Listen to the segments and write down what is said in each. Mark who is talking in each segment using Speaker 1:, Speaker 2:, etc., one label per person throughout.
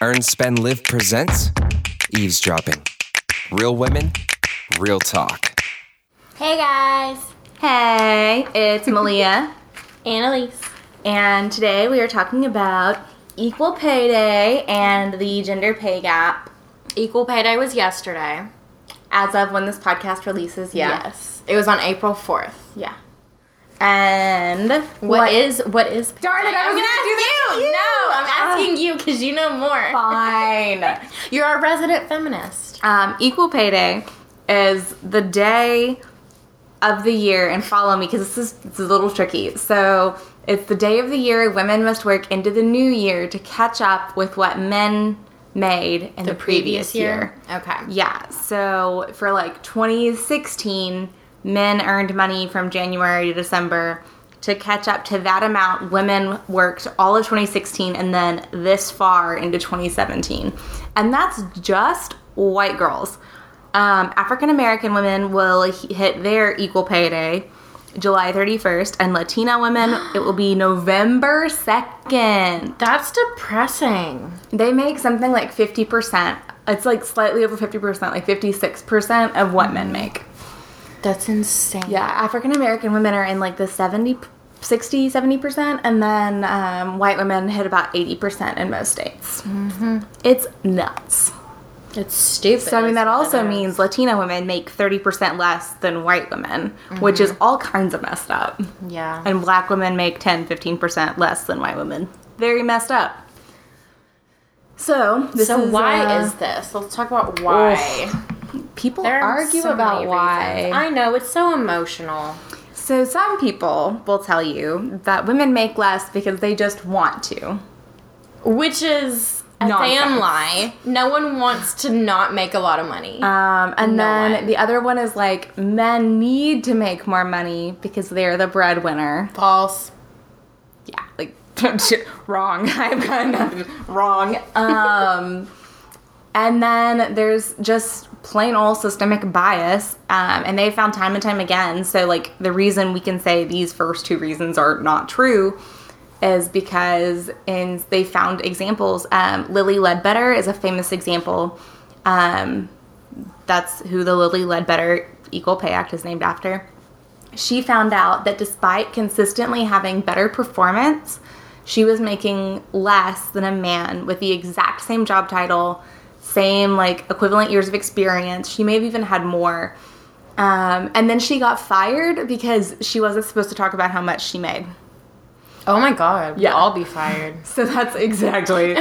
Speaker 1: Earn, Spend, Live presents Eavesdropping. Real women, real talk.
Speaker 2: Hey guys,
Speaker 3: Hey, it's Malia,
Speaker 2: Annalise.
Speaker 3: and today we are talking about Equal Pay Day and the gender pay gap
Speaker 2: Equal Pay Day was yesterday.
Speaker 3: as of when this podcast releases. Yeah.
Speaker 2: Yes, it was on April fourth.
Speaker 3: Yeah. And
Speaker 2: what is what is?
Speaker 3: Darn it, I was gonna ask you.
Speaker 2: No, I'm asking you because you know more.
Speaker 3: fine?
Speaker 2: You're our resident feminist.
Speaker 3: Um, Equal Pay Day is the day of the year, and follow me because this is it's a little tricky. So it's the day of the year women must work into the new year to catch up with what men made in the, previous, year.
Speaker 2: Okay.
Speaker 3: Yeah. So for like 2016, men earned money from January to December. To catch up to that amount, women worked all of 2016 and then this far into 2017. And that's just white girls. Um, African American women will h- hit their equal pay day July 31st, and Latina women, it will be November 2nd.
Speaker 2: That's depressing.
Speaker 3: They make something like 50%. It's like slightly over 50%, like 56% of what
Speaker 2: Mm-hmm.
Speaker 3: men make.
Speaker 2: That's insane.
Speaker 3: Yeah, African American women are in like the 70, 60, 70%, and then um, white women hit about 80% in most states. It's nuts.
Speaker 2: It's stupid.
Speaker 3: So, I mean, that
Speaker 2: Mm-hmm. It's
Speaker 3: also
Speaker 2: better.
Speaker 3: means Latina women make 30% less than white women, which
Speaker 2: Mm-hmm.
Speaker 3: is all kinds of messed up.
Speaker 2: Yeah.
Speaker 3: And black women make 10, 15% less than white women. Very messed up. So, this
Speaker 2: so
Speaker 3: is,
Speaker 2: why
Speaker 3: uh,
Speaker 2: is this? Let's talk about why.
Speaker 3: people
Speaker 2: There are
Speaker 3: argue
Speaker 2: so
Speaker 3: about
Speaker 2: many
Speaker 3: why.
Speaker 2: reasons. I know it's so emotional.
Speaker 3: so some people will tell you that women make less because they just want to.
Speaker 2: Which is a damn
Speaker 3: Nonsense.
Speaker 2: lie. No one wants to not make a lot of money.
Speaker 3: Um, and
Speaker 2: No
Speaker 3: then
Speaker 2: one.
Speaker 3: the other one is like men need to make more money because they're the breadwinner.
Speaker 2: False.
Speaker 3: Yeah, like wrong. I've got nothing wrong. Um, and then there's just plain old systemic bias, um, and they found time and time again. So like the reason we can say these first two reasons are not true is because and they found examples. Um, Lily Ledbetter is a famous example. Um, that's who the Lily Ledbetter Equal Pay Act is named after she found out that despite consistently having better performance, she was making less than a man with the exact same job title, same like equivalent years of experience. She may have even had more. Um, and then she got fired because she wasn't supposed to talk about how much she made.
Speaker 2: Oh my god.
Speaker 3: Yeah.
Speaker 2: We'll all be fired.
Speaker 3: So that's exactly.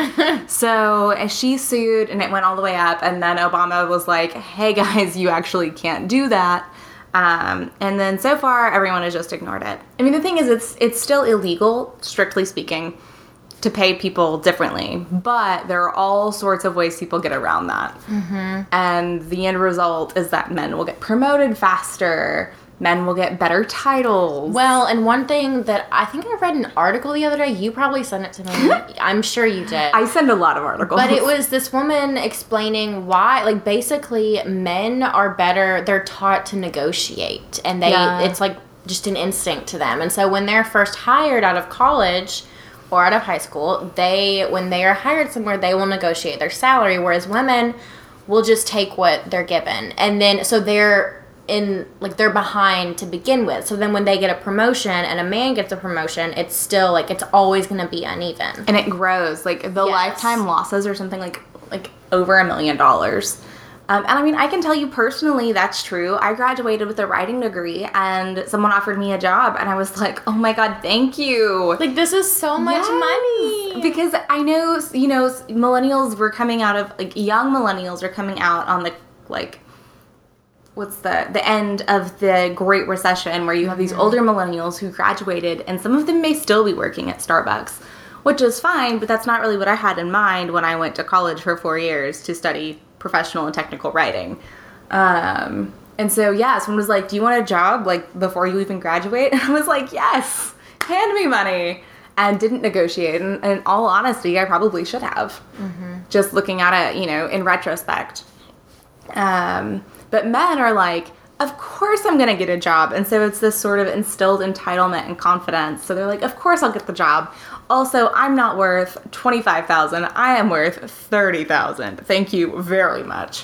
Speaker 3: so uh, she sued and it went all the way up. And then Obama was like, hey guys, you actually can't do that. Um, and then so far, everyone has just ignored it. I mean, the thing is, it's it's still illegal, strictly speaking, to pay people differently. But there are all sorts of ways people get around that.
Speaker 2: Mm-hmm.
Speaker 3: And the end result is that men will get promoted faster. Men will get better titles.
Speaker 2: Well, and one thing that I think I read an article the other day, you probably sent it to me. I'm sure you did.
Speaker 3: I send a lot of articles.
Speaker 2: but it was this woman explaining why like basically men are better they're taught to negotiate and they
Speaker 3: Yeah.
Speaker 2: it's like just an instinct to them and so when they're first hired out of college or out of high school they when they are hired somewhere they will negotiate their salary whereas women will just take what they're given and then so they're in like they're behind to begin with so then when they get a promotion and a man gets a promotion it's still like it's always going to be uneven
Speaker 3: and it grows. Like the
Speaker 2: Yes.
Speaker 3: lifetime losses are something like like over a million dollars. Um, and I mean, I can tell you personally, that's true. I graduated with a writing degree, and someone offered me a job, and I was like, "Oh my god, thank you!"
Speaker 2: like this is so much
Speaker 3: Yes,
Speaker 2: money
Speaker 3: Because I know, you know, millennials were coming out of like young millennials are coming out on the like what's the the end of the Great Recession where you have
Speaker 2: Mm-hmm.
Speaker 3: these older millennials who graduated and some of them may still be working at Starbucks, which is fine, but that's not really what I had in mind when I went to college for 4 years to study professional and technical writing. Um and so yeah, someone was like, "Do you want a job like before you even graduate?" And I was like, "Yes, hand me money," and didn't negotiate. And in all honesty, I probably should have. Just looking at it, you know, in retrospect. Um, but men are like, "Of course, I'm going to get a job," and so it's this sort of instilled entitlement and confidence. So they're like, "Of course, I'll get the job." Also, I'm not worth 25,000. I am worth 30,000. Thank you very much.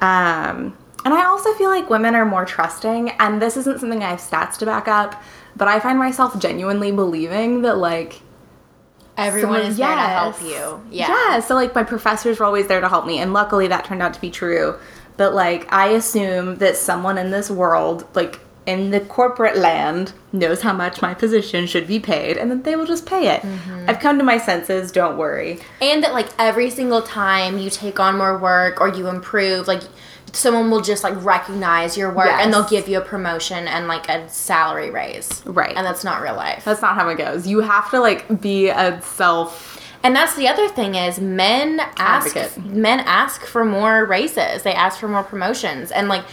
Speaker 3: Um, and I also feel like women are more trusting, and this isn't something I have stats to back up, but I find myself genuinely believing that, like,
Speaker 2: Everyone
Speaker 3: someone-
Speaker 2: is there to help
Speaker 3: yes.
Speaker 2: you. Yeah.
Speaker 3: Yeah. So like my professors were always there to help me, and luckily that turned out to be true. But like I assume that someone in this world, like in the corporate land, knows how much my position should be paid, and that they will just pay it.
Speaker 2: Mm-hmm.
Speaker 3: I've come to my senses. Don't worry.
Speaker 2: And that like every single time you take on more work or you improve, like someone will just like recognize your work and they'll
Speaker 3: Yes.
Speaker 2: give you a promotion and like a salary raise.
Speaker 3: Right.
Speaker 2: And that's not real life.
Speaker 3: That's not how it goes. You have to like be a self.
Speaker 2: And that's the other thing is men ask
Speaker 3: Advocate.
Speaker 2: men ask for more raises. They ask for more promotions. And like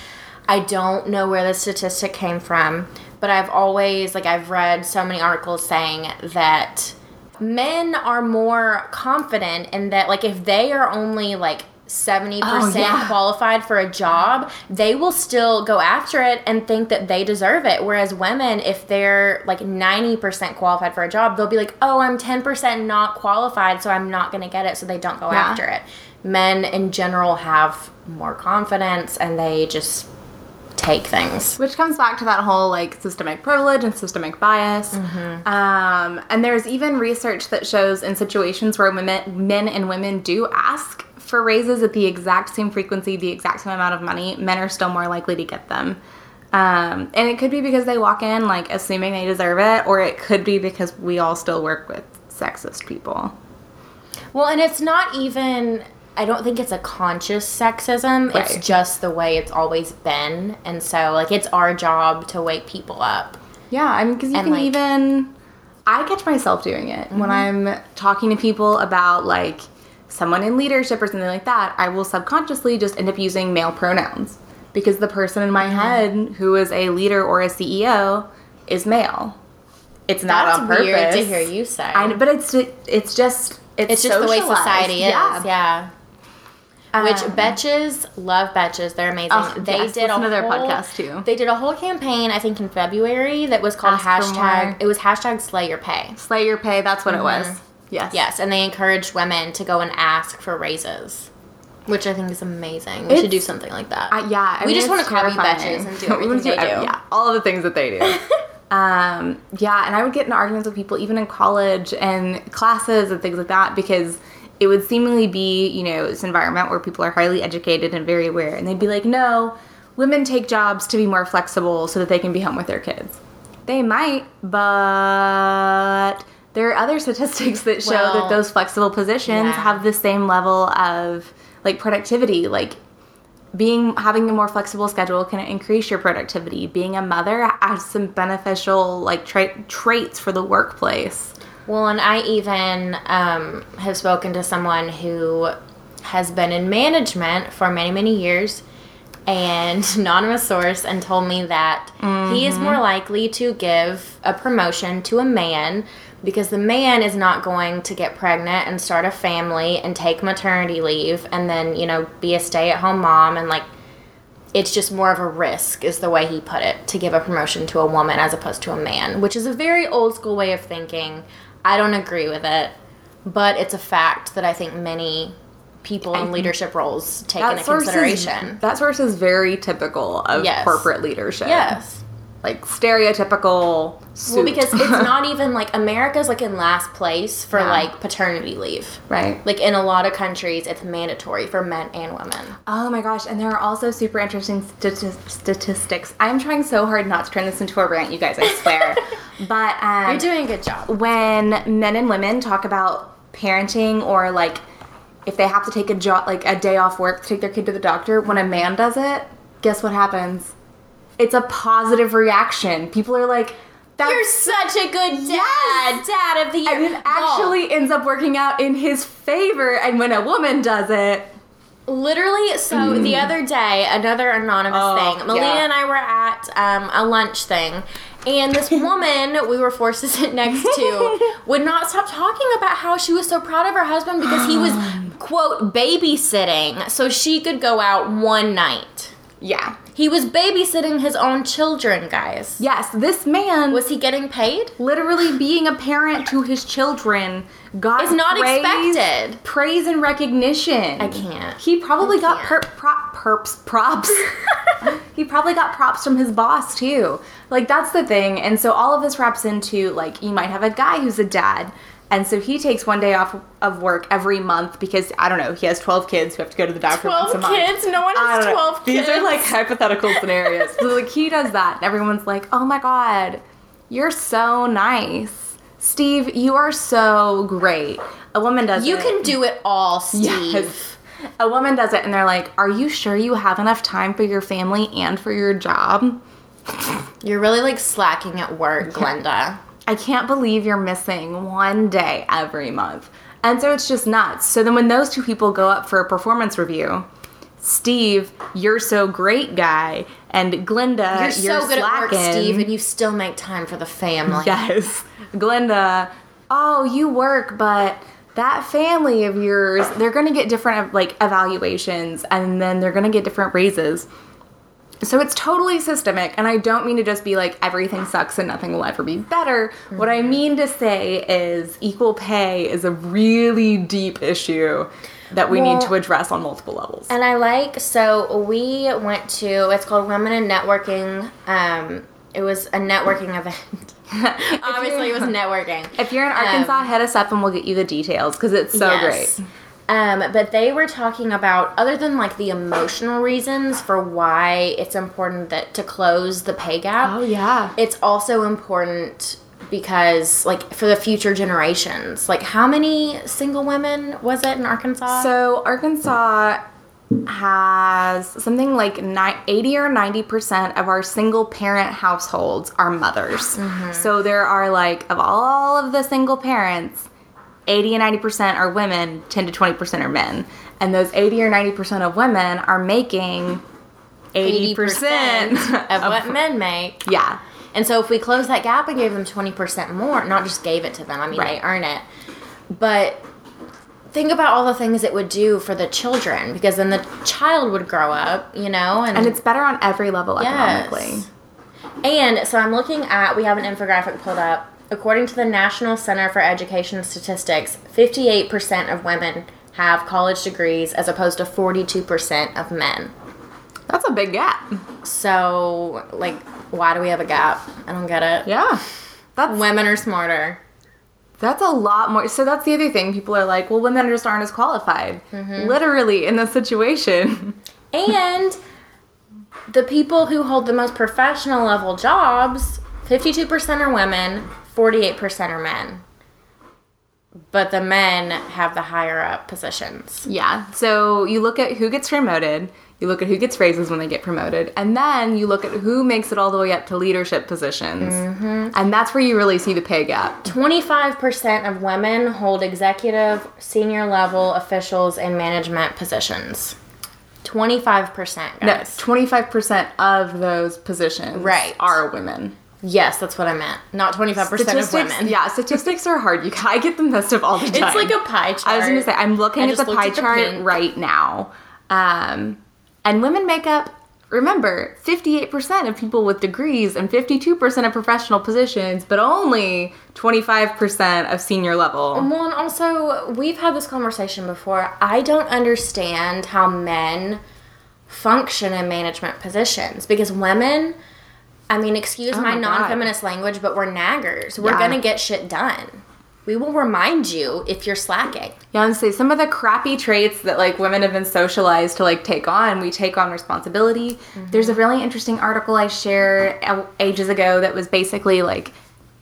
Speaker 2: I don't know where the statistic came from, but I've always like I've read so many articles saying that men are more confident in that like if they are only like 70%
Speaker 3: Oh, yeah.
Speaker 2: qualified for a job, they will still go after it and think that they deserve it. Whereas women, if they're like 90% qualified for a job, they'll be like, oh, I'm 10% not qualified, so I'm not going to get it, so they don't go
Speaker 3: Yeah.
Speaker 2: after it. Men in general have more confidence and they just take things.
Speaker 3: Which comes back to that whole like systemic privilege and systemic bias. Um, and there's even research that shows in situations where women, men and women do ask for raises at the exact same frequency, the exact same amount of money, men are still more likely to get them. Um, and it could be because they walk in like assuming they deserve it, or it could be because we all still work with sexist people.
Speaker 2: Well, and it's not even. I don't think it's a conscious sexism.
Speaker 3: Right.
Speaker 2: It's just the way it's always been. And so, like, it's our job to wake people up.
Speaker 3: Yeah, I mean, because you
Speaker 2: And,
Speaker 3: can
Speaker 2: like-
Speaker 3: even. I catch myself doing it when
Speaker 2: Mm-hmm.
Speaker 3: I'm talking to people about like someone in leadership or something like that. I will subconsciously just end up using male pronouns because the person in
Speaker 2: Mm-hmm.
Speaker 3: my head who is a leader or a CEO is male. It's not
Speaker 2: That's
Speaker 3: on purpose.
Speaker 2: weird to hear you say.
Speaker 3: I know, but it's it's just it's,
Speaker 2: it's just the way
Speaker 3: socialized.
Speaker 2: society is.
Speaker 3: Yeah.
Speaker 2: Yeah. Which
Speaker 3: Um,
Speaker 2: Betches love Betches. They're amazing.
Speaker 3: Oh,
Speaker 2: they
Speaker 3: yes,
Speaker 2: did a
Speaker 3: listen to their
Speaker 2: whole,
Speaker 3: podcast, too.
Speaker 2: They did a whole campaign I think in February that was called
Speaker 3: Ask for more.
Speaker 2: hashtag. It was hashtag Slay Your Pay.
Speaker 3: Slay your pay. That's what it was.
Speaker 2: Mm-hmm.
Speaker 3: Yes.
Speaker 2: Yes, and they encouraged women to go and ask for raises, which I think is amazing. We should do
Speaker 3: It's-
Speaker 2: something like that.
Speaker 3: I- yeah, I
Speaker 2: we
Speaker 3: mean,
Speaker 2: just
Speaker 3: it's
Speaker 2: want to copy
Speaker 3: terrifying.
Speaker 2: Betches and do
Speaker 3: We wanna
Speaker 2: everything they do.
Speaker 3: ev- Yeah, all of the things that they do. um, yeah, and I would get in arguments with people even in college and classes and things like that because it would seemingly be you know this environment where people are highly educated and very aware, and they'd be like, no, women take jobs to be more flexible so that they can be home with their kids. They might, but. There are other statistics that show that
Speaker 2: Well,
Speaker 3: those flexible positions
Speaker 2: yeah.
Speaker 3: have the same level of like productivity. Like being having a more flexible schedule can increase your productivity being a mother has some beneficial like tra- traits for the workplace
Speaker 2: Well, and I even um, have spoken to someone who has been in management for many, many years, and anonymous source, and told me that he is more likely to give a promotion to a man because the man is not going to get pregnant and start a family and take maternity leave and then you know be a stay-at-home mom and like it's just more of a risk is the way he put it to give a promotion to a woman as opposed to a man which is a very old school way of thinking i don't agree with it but it's a fact that i think many people in leadership roles take into consideration
Speaker 3: Is, that source is very typical of
Speaker 2: Yes.
Speaker 3: corporate leadership
Speaker 2: yes
Speaker 3: like stereotypical
Speaker 2: well
Speaker 3: suit.
Speaker 2: because it's not even like america's like in last place for
Speaker 3: Yeah.
Speaker 2: like paternity leave
Speaker 3: right
Speaker 2: like in a lot of countries it's mandatory for men and women
Speaker 3: oh my gosh and there are also super interesting stati- statistics i'm trying so hard not to turn this into a rant you guys i swear but um,
Speaker 2: you're doing a good job
Speaker 3: when men and women talk about parenting or like if they have to take a job like a day off work to take their kid to the doctor when a man does it guess what happens it's a positive reaction people are like that's
Speaker 2: you're such a good dad
Speaker 3: Yes!
Speaker 2: dad of the year
Speaker 3: and it actually ends up working out in his favor and when a woman does it
Speaker 2: Literally, so the other day, another anonymous
Speaker 3: Oh,
Speaker 2: thing. Melina
Speaker 3: yeah.
Speaker 2: and I were at um, a lunch thing, and this woman we were forced to sit next to would not stop talking about how she was so proud of her husband because he was, quote, babysitting so she could go out one night.
Speaker 3: yeah
Speaker 2: He was babysitting his own children, guys.
Speaker 3: Yes, this man
Speaker 2: Was he getting paid?
Speaker 3: literally being a parent to his children got
Speaker 2: It's not
Speaker 3: praise,
Speaker 2: expected.
Speaker 3: praise and recognition.
Speaker 2: I can't.
Speaker 3: He probably
Speaker 2: I
Speaker 3: got
Speaker 2: can't.
Speaker 3: perp, prop, perps, props. he probably got props from his boss too. Like that's the thing. And so all of this wraps into like you might have a guy who's a dad. And so he takes one day off of work every month because I don't know, he has 12 kids who have to go to the doctor once a
Speaker 2: Twelve
Speaker 3: month.
Speaker 2: kids? No one
Speaker 3: I
Speaker 2: has
Speaker 3: don't know.
Speaker 2: twelve kids.
Speaker 3: These are like hypothetical scenarios. so like he does that, and everyone's like, "Oh my god, you're so nice, Steve. You are so great." A woman does
Speaker 2: You
Speaker 3: it.
Speaker 2: can do it all, Steve.
Speaker 3: Yes. A woman does it, and they're like, "Are you sure you have enough time for your family and for your job?
Speaker 2: You're really like slacking at work, Glenda.
Speaker 3: I can't believe you're missing one day every month." And so it's just nuts. So then when those two people go up for a performance review, Steve, you're so great guy, and Glinda,
Speaker 2: You're,
Speaker 3: you're,
Speaker 2: so good at work,
Speaker 3: slacking.
Speaker 2: Steve, and you still make time for the family.
Speaker 3: Yes. Glinda, oh, you work, but that family of yours, they're going to get different like evaluations and then they're going to get different raises. So it's totally systemic and I don't mean to just be like everything sucks and nothing will ever be better. What
Speaker 2: Mm-hmm.
Speaker 3: I mean to say is equal pay is a really deep issue that we need
Speaker 2: Well-
Speaker 3: to address on multiple levels.
Speaker 2: And I like so we went to it's called Women in Networking. Um, it was a networking event. Mm. Obviously, it was networking.
Speaker 3: if you're in Arkansas, hit us up and we'll get you the details cuz it's so
Speaker 2: Yes.
Speaker 3: great.
Speaker 2: Um, but they were talking about other than like the emotional reasons for why it's important that to close the pay gap.
Speaker 3: yeah.
Speaker 2: It's also important because like for the future generations. Like how many single women was it in Arkansas?
Speaker 3: So Arkansas has something like ni- 80 or 90 percent of our single parent households are mothers. So there are like of all of the single parents, 80 and 90 percent are women, 10 to 20 percent are men, and those 80 or 90 percent of women are making 80 percent
Speaker 2: of what men make.
Speaker 3: yeah.
Speaker 2: And so if we close that gap and gave them 20% more, not just gave it to them, I mean,
Speaker 3: Right.
Speaker 2: they earn it. But think about all the things it would do for the children because then the child would grow up, you know? And,
Speaker 3: And it's better on every level
Speaker 2: Yes.
Speaker 3: economically.
Speaker 2: And so I'm looking at, we have an infographic pulled up. According to the National Center for Education Statistics, 58% of women have college degrees as opposed to 42% of men.
Speaker 3: That's a big gap.
Speaker 2: So, like, why do we have a gap? I don't get it.
Speaker 3: Yeah. That's
Speaker 2: Women are smarter.
Speaker 3: That's a lot more. So that's the other thing. People are like, well, women just aren't as qualified. Literally in this situation.
Speaker 2: And the people who hold the most professional level jobs, 52% are women, 48% are men. But the men have the higher up positions.
Speaker 3: yeah. So you look at who gets promoted, you look at who gets raises when they get promoted, and then you look at who makes it all the way up to leadership positions. And that's where you really see the pay gap.
Speaker 2: 25% of women hold executive, senior level officials, and management positions. 25%,
Speaker 3: No,
Speaker 2: guys.
Speaker 3: 25% of those positions
Speaker 2: Right.
Speaker 3: are women.
Speaker 2: yes, that's what I meant. Not 25% of women.
Speaker 3: Yeah, statistics are hard. You, I get them messed up all the time.
Speaker 2: It's like a pie chart.
Speaker 3: I was gonna say I'm looking
Speaker 2: I
Speaker 3: at
Speaker 2: just
Speaker 3: the
Speaker 2: looked
Speaker 3: pie
Speaker 2: at the
Speaker 3: chart
Speaker 2: pink.
Speaker 3: right now, um, and women make up. Remember, 58% of people with degrees and 52% of professional positions, but only 25% of senior level.
Speaker 2: Well, and also, we've had this conversation before. I don't understand how men function in management positions because women, I mean, excuse my,
Speaker 3: Oh my God.
Speaker 2: non feminist language, but we're naggers. We're
Speaker 3: Yeah.
Speaker 2: going to get shit done. We will remind you if you're slacking.
Speaker 3: Yeah, and say some of the crappy traits that like women have been socialized to like take on. We take on responsibility. There's a
Speaker 2: Mm-hmm.
Speaker 3: really interesting article I shared a- ages ago that was basically like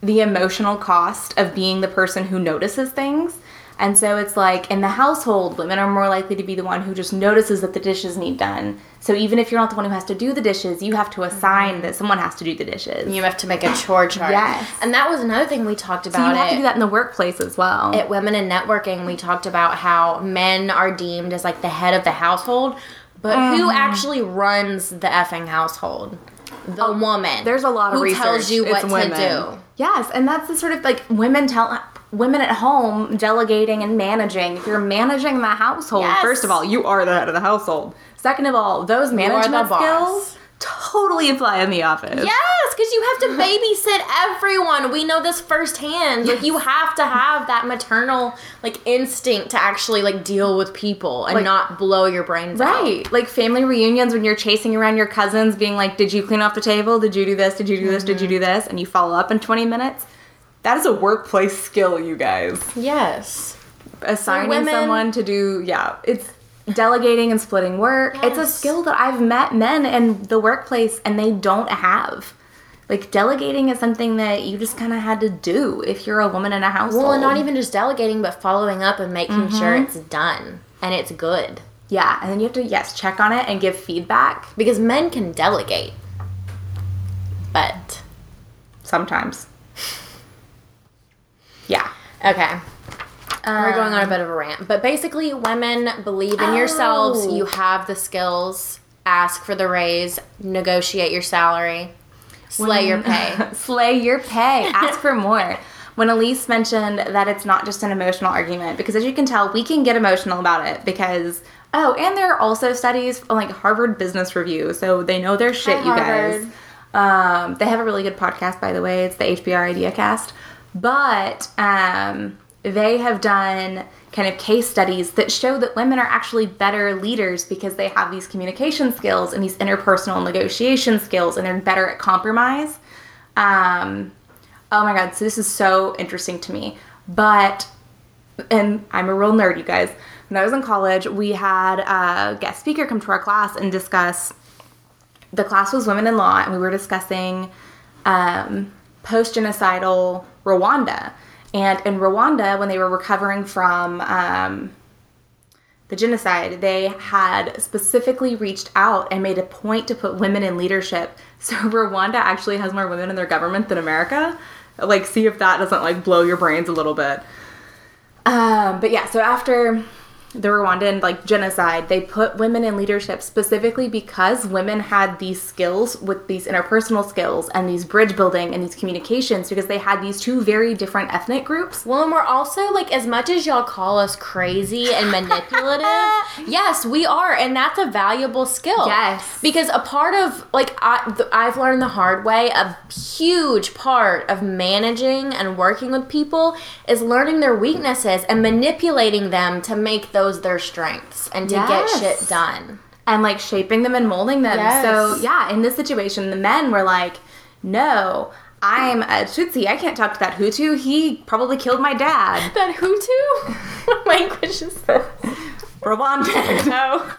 Speaker 3: the emotional cost of being the person who notices things. And so it's like in the household, women are more likely to be the one who just notices that the dishes need done. So even if you're not the one who has to do the dishes, you have to assign that someone has to do the dishes.
Speaker 2: Mm-hmm. You have to make a chore chart.
Speaker 3: Yes.
Speaker 2: And that was another thing we talked
Speaker 3: So you
Speaker 2: about.
Speaker 3: have to
Speaker 2: it.
Speaker 3: do that in the workplace as well.
Speaker 2: at Women in Networking, we talked about how men are deemed as like the head of the household, but who actually runs the effing household? The woman.
Speaker 3: There's a lot of
Speaker 2: who
Speaker 3: research.
Speaker 2: tells you
Speaker 3: It's
Speaker 2: what
Speaker 3: women.
Speaker 2: to
Speaker 3: Yes, and that's the sort of like women tell women at home delegating and managing. If you're managing the household,
Speaker 2: Yes.
Speaker 3: first of all, you are the head of the household. Second of all, those management
Speaker 2: boss.
Speaker 3: skills totally apply in the office.
Speaker 2: Yes, because you have to babysit everyone. We know this firsthand. Like you have to have that maternal like instinct to actually like deal with people and
Speaker 3: Like-
Speaker 2: not blow your brains out.
Speaker 3: Right. Like family reunions when you're chasing around your cousins, being like, Did you clean off the table? Did you do this? Did you do this? Did you do this? And you follow up in 20 minutes. That is a workplace skill, you guys.
Speaker 2: Yes.
Speaker 3: Assigning
Speaker 2: women-
Speaker 3: someone to do, yeah, it's delegating and splitting work. It's a
Speaker 2: Yes.
Speaker 3: skill that I've met men in the workplace and they don't have. Like delegating is something that you just kind of had to do if you're a woman in a household.
Speaker 2: Well, and not even just delegating, but following up and making sure
Speaker 3: Mm-hmm.
Speaker 2: it's done and it's good.
Speaker 3: yeah, and then you have to yes check on it and give feedback
Speaker 2: Because men can delegate. But
Speaker 3: sometimes. Yeah.
Speaker 2: okay.
Speaker 3: Um,
Speaker 2: We're going on a bit of a rant, but basically, women believe in yourselves.
Speaker 3: Oh.
Speaker 2: You have the skills. Ask for the raise. Negotiate your salary. Slay your pay.
Speaker 3: Slay your pay. Ask for more. When Elise mentioned that it's not just an emotional argument, because as you can tell, we can get emotional about it because oh, and there are also studies on like Harvard Business Review, so they know their shit, you guys.
Speaker 2: Harvard.
Speaker 3: Um, they have a really good podcast, by the way. It's the HBR Idea Cast. But um, they have done kind of case studies that show that women are actually better leaders because they have these communication skills and these interpersonal negotiation skills, and they're better at compromise. Um, oh my god, so this is so interesting to me. But and I'm a real nerd, you guys. When I was in college, we had a guest speaker come to our class and discuss. The class was women in law, and we were discussing um, post genocidal Rwanda. And in Rwanda, when they were recovering from um, the genocide, they had specifically reached out and made a point to put women in leadership. So Rwanda actually has more women in their government than America. Like, see if that doesn't like blow your brains a little bit. Um, but yeah, so after the Rwandan like genocide, they put women in leadership specifically because women had these skills with these interpersonal skills and these bridge building and these communications because they had these two very different ethnic groups.
Speaker 2: Well, and we're also like, as much as y'all call us crazy and manipulative, yes, we are, and that's a valuable skill.
Speaker 3: Yes.
Speaker 2: because a part of like I, th- I've learned the hard way, a huge part of managing and working with people is learning their weaknesses and manipulating them to make those their strengths and to
Speaker 3: Yes.
Speaker 2: get shit done.
Speaker 3: and like shaping them and molding them.
Speaker 2: Yes.
Speaker 3: So yeah, in this situation, the men were like, "No, I'm a Tutsi. I can't talk to that Hutu. He probably killed my dad."
Speaker 2: That Hutu? what language is this?
Speaker 3: Rwandan. No,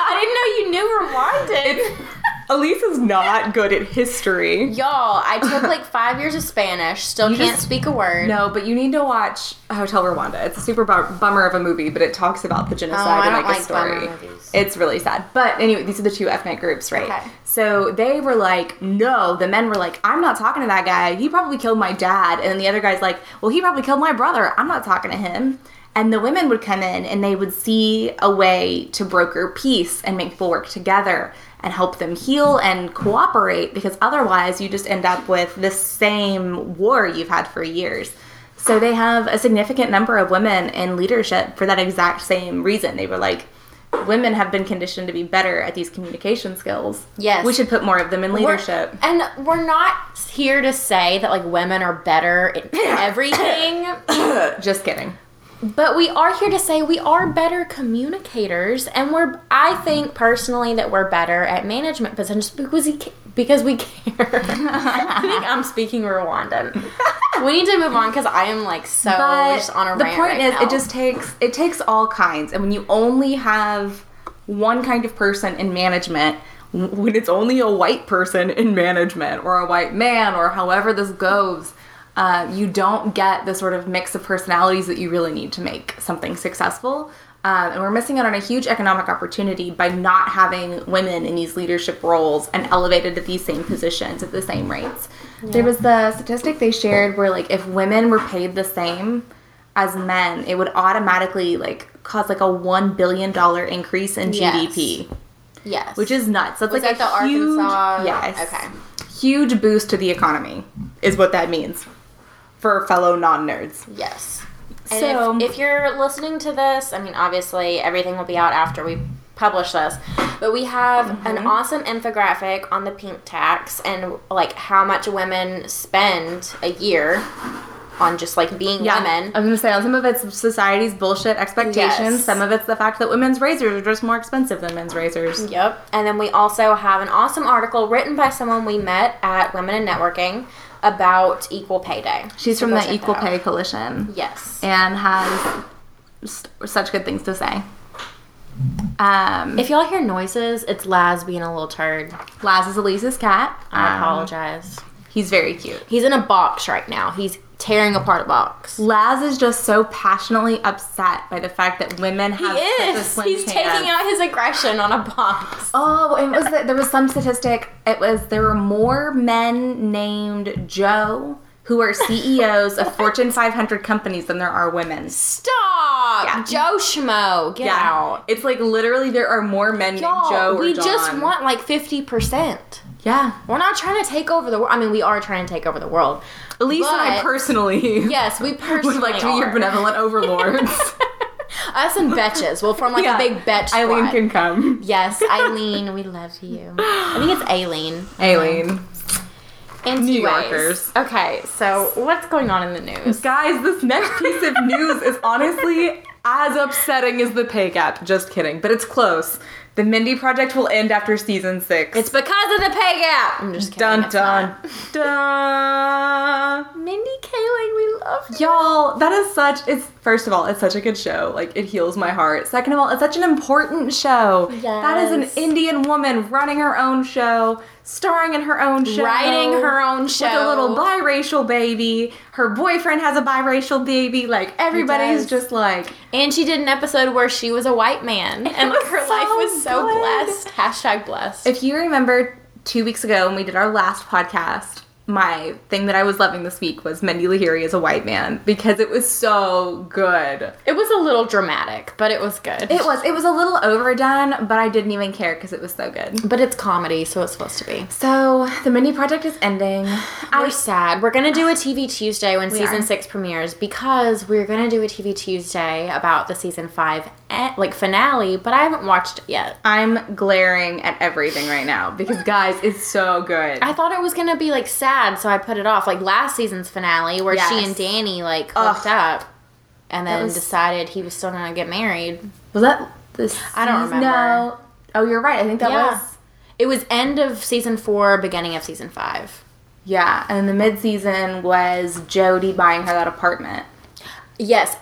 Speaker 2: I didn't know you knew Rwandan.
Speaker 3: Elise is not good at history.
Speaker 2: Y'all, I took like five years of Spanish, still can't
Speaker 3: just-
Speaker 2: speak a word.
Speaker 3: No, but you need to watch Hotel Rwanda. It's a super bu- bummer of a movie, but it talks about the genocide
Speaker 2: Oh, I
Speaker 3: and like
Speaker 2: don't
Speaker 3: a
Speaker 2: like
Speaker 3: story.
Speaker 2: bummer movies.
Speaker 3: It's really sad. But anyway, these are the two ethnic groups, right?
Speaker 2: Okay.
Speaker 3: So they were like, no. The men were like, I'm not talking to that guy. He probably killed my dad. And then the other guy's like, well, he probably killed my brother. I'm not talking to him. And the women would come in and they would see a way to broker peace and make people work together and help them heal and cooperate because otherwise you just end up with the same war you've had for years. So they have a significant number of women in leadership for that exact same reason. They were like, women have been conditioned to be better at these communication skills.
Speaker 2: Yes.
Speaker 3: We should put more of them in
Speaker 2: We're-
Speaker 3: leadership.
Speaker 2: and we're not here to say that like women are better at everything,
Speaker 3: Just kidding.
Speaker 2: but we are here to say we are better communicators, and we're I think personally that we're better at management positions because we ca- because we care. I think I'm speaking Rwandan. we need to move on because I am like so Oh, just on a
Speaker 3: the
Speaker 2: rant
Speaker 3: point
Speaker 2: right
Speaker 3: is
Speaker 2: now.
Speaker 3: it just takes it takes all kinds and when you only have one kind of person in management w- when it's only a white person in management or a white man or however this goes uh, you don't get the sort of mix of personalities that you really need to make something successful um, and we're missing out on a huge economic opportunity by not having women in these leadership roles and elevated to these same positions at the same rates. There was the statistic they shared where like if women were paid the same as men, it would automatically like cause like a one billion dollar increase in
Speaker 2: Yes.
Speaker 3: GDP,
Speaker 2: yes,
Speaker 3: which is nuts. That's
Speaker 2: Was
Speaker 3: like
Speaker 2: that
Speaker 3: a
Speaker 2: the
Speaker 3: huge,
Speaker 2: Arkansas-
Speaker 3: yes,
Speaker 2: okay.
Speaker 3: huge boost to the economy is what that means for fellow non nerds.
Speaker 2: Yes.
Speaker 3: So-
Speaker 2: so if, if you're listening to this, I mean, obviously everything will be out after we publish this, But we have an awesome infographic on the pink tax and like how much women spend a year on just like being
Speaker 3: Yeah,
Speaker 2: women.
Speaker 3: I was gonna say some of it's society's bullshit expectations.
Speaker 2: Yes.
Speaker 3: Some of it's the fact that women's razors are just more expensive than men's razors.
Speaker 2: Yep. And then we also have an awesome article written by someone we met at Women in Networking about equal pay day.
Speaker 3: She's
Speaker 2: So
Speaker 3: from
Speaker 2: go
Speaker 3: the
Speaker 2: check
Speaker 3: Equal
Speaker 2: that out.
Speaker 3: Pay Coalition
Speaker 2: Yes.
Speaker 3: and has s- such good things to say. Um,
Speaker 2: if y'all hear noises, it's Laz being a little turd.
Speaker 3: Laz is Elise's cat.
Speaker 2: I
Speaker 3: Um,
Speaker 2: apologize.
Speaker 3: He's very cute.
Speaker 2: He's in a box right now. He's tearing apart a box.
Speaker 3: Laz is just so passionately upset by the fact that women have such a slim
Speaker 2: He's
Speaker 3: chance.
Speaker 2: taking out his aggression on a box.
Speaker 3: Oh, it was that there was some statistic. It was there were more men named Joe who are CEOs of Fortune 500 companies than there are women.
Speaker 2: Stop!
Speaker 3: Yeah.
Speaker 2: Joe Schmo, get out.
Speaker 3: It's like literally there are more men named
Speaker 2: Y'all,
Speaker 3: Joe or
Speaker 2: we just
Speaker 3: John.
Speaker 2: want like 50%.
Speaker 3: Yeah.
Speaker 2: We're not trying to take over the world. I mean, we are trying to take over the world.
Speaker 3: At least I
Speaker 2: But-
Speaker 3: personally
Speaker 2: Yes, we personally
Speaker 3: would like to be your
Speaker 2: are.
Speaker 3: benevolent overlords.
Speaker 2: Us and betches. Well, from like
Speaker 3: Yeah.
Speaker 2: a big betch squad.
Speaker 3: Eileen can come.
Speaker 2: Yes, Eileen, we love you. I think it's Aileen.
Speaker 3: Aileen.
Speaker 2: And New
Speaker 3: Yorkers.
Speaker 2: Okay, so what's going on in the news?
Speaker 3: Guys, this next piece of news is honestly as upsetting as the pay gap. Just kidding, but it's close. The Mindy Project will end after season six.
Speaker 2: It's because of the pay gap. I'm just kidding.
Speaker 3: dun
Speaker 2: it's
Speaker 3: dun
Speaker 2: not.
Speaker 3: dun.
Speaker 2: Mindy Kaling, we love you.
Speaker 3: Y'all, that is such. It's first of all, it's such a good show. Like it heals my heart. Second of all, it's such an important show. That is
Speaker 2: Yes.
Speaker 3: an Indian woman running her own show, starring in her own show,
Speaker 2: Writing her own show.
Speaker 3: with a little biracial baby. Her boyfriend has a biracial baby. Like everybody's
Speaker 2: does.
Speaker 3: just like
Speaker 2: And she did an episode where she was a white man, and like
Speaker 3: was
Speaker 2: her
Speaker 3: so
Speaker 2: life was so
Speaker 3: good.
Speaker 2: blessed. Hashtag blessed.
Speaker 3: If you remember two weeks ago when we did our last podcast, my thing that I was loving this week was Mendy Lahiri as a white man because it was so good.
Speaker 2: It was a little dramatic, but it was good.
Speaker 3: It was it was a little overdone, but I didn't even care because it was so good.
Speaker 2: but it's comedy, so it's supposed to be.
Speaker 3: So the mini project is ending.
Speaker 2: We're sad. We're gonna do a TV Tuesday when season
Speaker 3: are.
Speaker 2: six premieres because we're gonna do a TV Tuesday about the season five eh, like finale. But I haven't watched it yet.
Speaker 3: I'm glaring at everything right now because guys, it's so good.
Speaker 2: I thought it was gonna be like sad, so I put it off. Like last season's finale, where
Speaker 3: Yes.
Speaker 2: she and Danny like
Speaker 3: Ugh.
Speaker 2: hooked up, and then
Speaker 3: was-
Speaker 2: decided he was still gonna get married.
Speaker 3: was that this?
Speaker 2: I don't
Speaker 3: season?
Speaker 2: remember.
Speaker 3: No. Oh, you're right. I think that
Speaker 2: Yeah.
Speaker 3: was.
Speaker 2: It was end of season four, beginning of season five.
Speaker 3: Yeah, and the mid season was Jody buying her that apartment.
Speaker 2: Yes.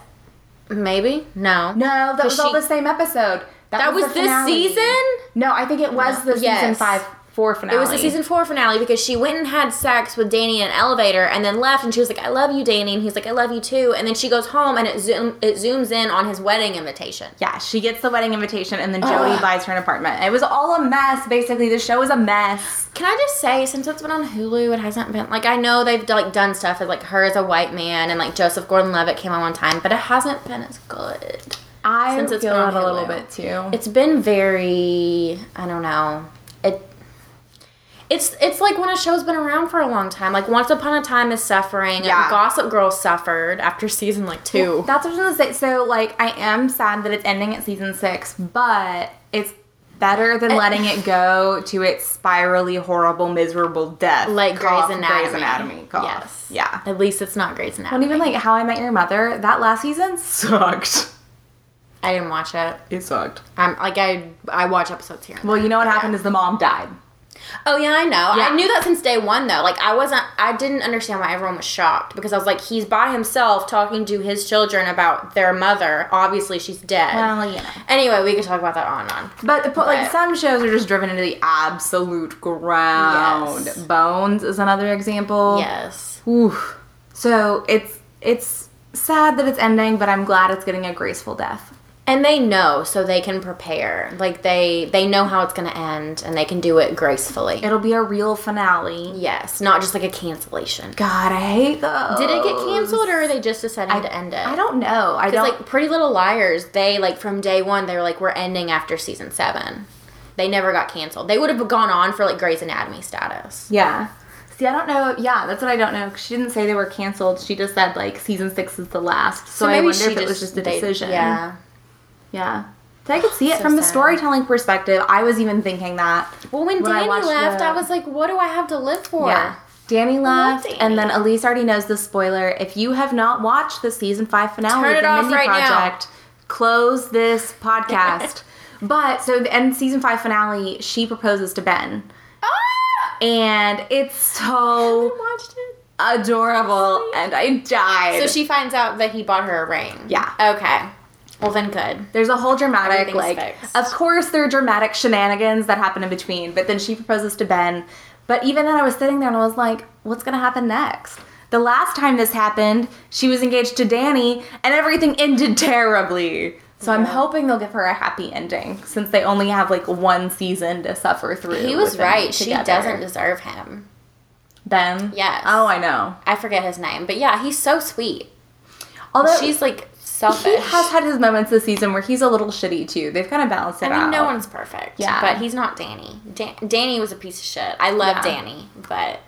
Speaker 2: Maybe? No.
Speaker 3: No, that was all
Speaker 2: she-
Speaker 3: the same episode.
Speaker 2: That was
Speaker 3: the
Speaker 2: this
Speaker 3: finale.
Speaker 2: season?
Speaker 3: No, I think it was the season
Speaker 2: Yes.
Speaker 3: five four finale.
Speaker 2: It was the season four finale because she went and had sex with Danny in an elevator and then left and she was like, I love you, Danny. And he's like, I love you too. And then she goes home and it, zoom, it zooms in on his wedding invitation.
Speaker 3: Yeah, she gets the wedding invitation, and then Jody buys her an apartment. It was all a mess. Basically, the show was a mess.
Speaker 2: Can I just say, since it's been on Hulu, it hasn't been like I know they've like done stuff with like her as a white man and like Joseph Gordon-Levitt came on one time, but it hasn't been as good.
Speaker 3: I
Speaker 2: Since it's
Speaker 3: feel
Speaker 2: been
Speaker 3: that
Speaker 2: on
Speaker 3: a little
Speaker 2: Hulu.
Speaker 3: bit too.
Speaker 2: It's been very I don't know. It it's it's like when a show's been around for a long time. Like Once Upon a Time is suffering.
Speaker 3: Yeah.
Speaker 2: Gossip Girl suffered after season like two.
Speaker 3: That's what I was gonna say. So, like, I am sad that it's ending at season six, but it's better than letting it go to its spirally horrible, miserable death,
Speaker 2: like
Speaker 3: Cough,
Speaker 2: Grey's Anatomy.
Speaker 3: Grey's Anatomy. cough.
Speaker 2: Yes.
Speaker 3: Yeah.
Speaker 2: At least it's not Grey's
Speaker 3: And
Speaker 2: Anatomy.
Speaker 3: even like How I Met Your Mother, that last season sucked.
Speaker 2: I didn't watch it.
Speaker 3: It sucked.
Speaker 2: I'm like I I watch episodes here. and
Speaker 3: Well, you know what
Speaker 2: Yeah.
Speaker 3: happened is the mom died.
Speaker 2: Oh yeah, I know.
Speaker 3: Yeah.
Speaker 2: I knew that since day one though. Like I wasn't I didn't understand why everyone was shocked because I was like, he's by himself talking to his children about their mother. Obviously she's dead.
Speaker 3: Well, you know.
Speaker 2: Anyway, we could talk about that on and on.
Speaker 3: But, but like
Speaker 2: But-
Speaker 3: some shows are just driven into the absolute ground.
Speaker 2: Yes.
Speaker 3: Bones is another example.
Speaker 2: Yes.
Speaker 3: Oof. So it's it's sad that it's ending, but I'm glad it's getting a graceful death.
Speaker 2: And they know so they can prepare. Like they they know how it's gonna end and they can do it gracefully.
Speaker 3: It'll be a real finale.
Speaker 2: yes, not just like a cancellation.
Speaker 3: God, I hate those.
Speaker 2: Did it get canceled or they just decided to end it?
Speaker 3: I don't know. I don't.
Speaker 2: Because like Pretty Little Liars, they like from day one they were like we're ending after season seven. They never got canceled. They would have gone on for like Grey's Anatomy status.
Speaker 3: yeah. See, I don't know. Yeah, that's what I don't know. 'cause She didn't say they were canceled. She just said like season six is the last. So, I wonder if it was just a
Speaker 2: they-
Speaker 3: decision.
Speaker 2: Yeah,
Speaker 3: Yeah. So I could see it
Speaker 2: Oh, So
Speaker 3: from the
Speaker 2: sad.
Speaker 3: storytelling perspective. I was even thinking that.
Speaker 2: Well, when,
Speaker 3: When I
Speaker 2: Danny
Speaker 3: watched
Speaker 2: left,
Speaker 3: the-
Speaker 2: I was like, what do I have to live for?
Speaker 3: Yeah. Danny left,
Speaker 2: Danny.
Speaker 3: and then Elise already knows the spoiler. If you have not watched the season five finale
Speaker 2: Turn
Speaker 3: of
Speaker 2: it
Speaker 3: the
Speaker 2: off
Speaker 3: Mindy
Speaker 2: right now.
Speaker 3: Project, close this podcast. but so, and season five finale, she proposes to Ben,
Speaker 2: Ah!
Speaker 3: and it's
Speaker 2: I
Speaker 3: so
Speaker 2: watched it.
Speaker 3: adorable, and I died.
Speaker 2: So she finds out that he bought her a ring.
Speaker 3: Yeah.
Speaker 2: Okay. Well, then good.
Speaker 3: There's a whole dramatic,
Speaker 2: Everything's
Speaker 3: like,
Speaker 2: fixed.
Speaker 3: of course, there are dramatic shenanigans that happen in between, but then she proposes to Ben. But even then, I was sitting there and I was like, what's going to happen next? The last time this happened, she was engaged to Danny and everything ended terribly. So I'm hoping they'll give her a happy ending since they only have like one season to suffer through.
Speaker 2: He was
Speaker 3: with them
Speaker 2: right. She
Speaker 3: together.
Speaker 2: doesn't deserve him.
Speaker 3: Ben?
Speaker 2: Yes.
Speaker 3: Oh, I know.
Speaker 2: I forget his name, but yeah, he's so sweet.
Speaker 3: Although
Speaker 2: She's like
Speaker 3: he
Speaker 2: selfish.
Speaker 3: has had his moments this season where he's a little shitty too. They've kind of balanced
Speaker 2: I
Speaker 3: it
Speaker 2: mean,
Speaker 3: out.
Speaker 2: no one's perfect.
Speaker 3: Yeah.
Speaker 2: But he's not Danny. Dan- Danny was a piece of shit. I love
Speaker 3: Yeah.
Speaker 2: Danny, but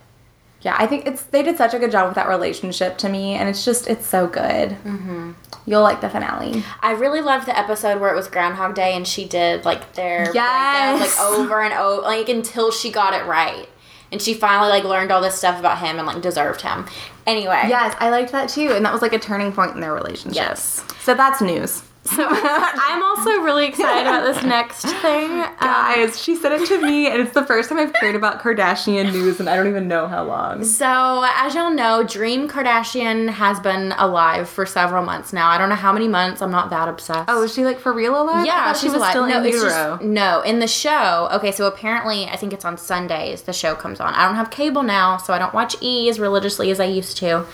Speaker 3: Yeah, I think it's they did such a good job with that relationship to me, and it's just it's so good. Mm-hmm. You'll like the finale.
Speaker 2: I really loved the episode where it was Groundhog Day and she did like their breakdown,
Speaker 3: Yes.
Speaker 2: like over and over, like until she got it right. And she finally like learned all this stuff about him and like deserved him. Anyway.
Speaker 3: Yes, I liked that too, and that was like a turning point in their relationship.
Speaker 2: Yes.
Speaker 3: So that's news,
Speaker 2: So I'm also really excited about this next
Speaker 3: Oh
Speaker 2: thing. Um,
Speaker 3: guys. uh, She sent it to me, and it's the first time I've cared about Kardashian news, and I don't even know how long.
Speaker 2: so, as y'all know, Dream Kardashian has been alive for several months now. I don't know how many months. I'm not that obsessed.
Speaker 3: Oh, is she like for real alive? I
Speaker 2: yeah,
Speaker 3: thought
Speaker 2: she was alive.
Speaker 3: still
Speaker 2: no,
Speaker 3: in
Speaker 2: it's
Speaker 3: utero.
Speaker 2: just- no, in the show. Okay, so apparently, I think it's on Sundays. The show comes on. I don't have cable now, so I don't watch E as religiously as I used to.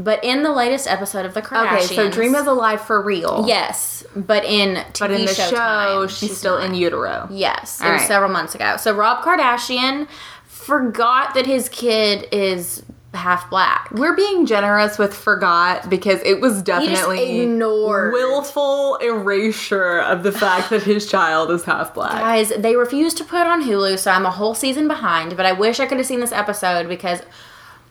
Speaker 2: But in the latest episode of the Kardashians,
Speaker 3: okay, so Dream is alive for real.
Speaker 2: yes, but in TV
Speaker 3: but in the show,
Speaker 2: time,
Speaker 3: she's, still in utero.
Speaker 2: Yes, it
Speaker 3: All
Speaker 2: was
Speaker 3: right.
Speaker 2: several months ago. So Rob Kardashian forgot that his kid is half black.
Speaker 3: We're being generous with forgot because it was
Speaker 2: just
Speaker 3: definitely
Speaker 2: ignored.
Speaker 3: willful erasure of the fact that his child is half black.
Speaker 2: Guys, they refused to put it on Hulu, so I'm a whole season behind, but I wish I could have seen this episode because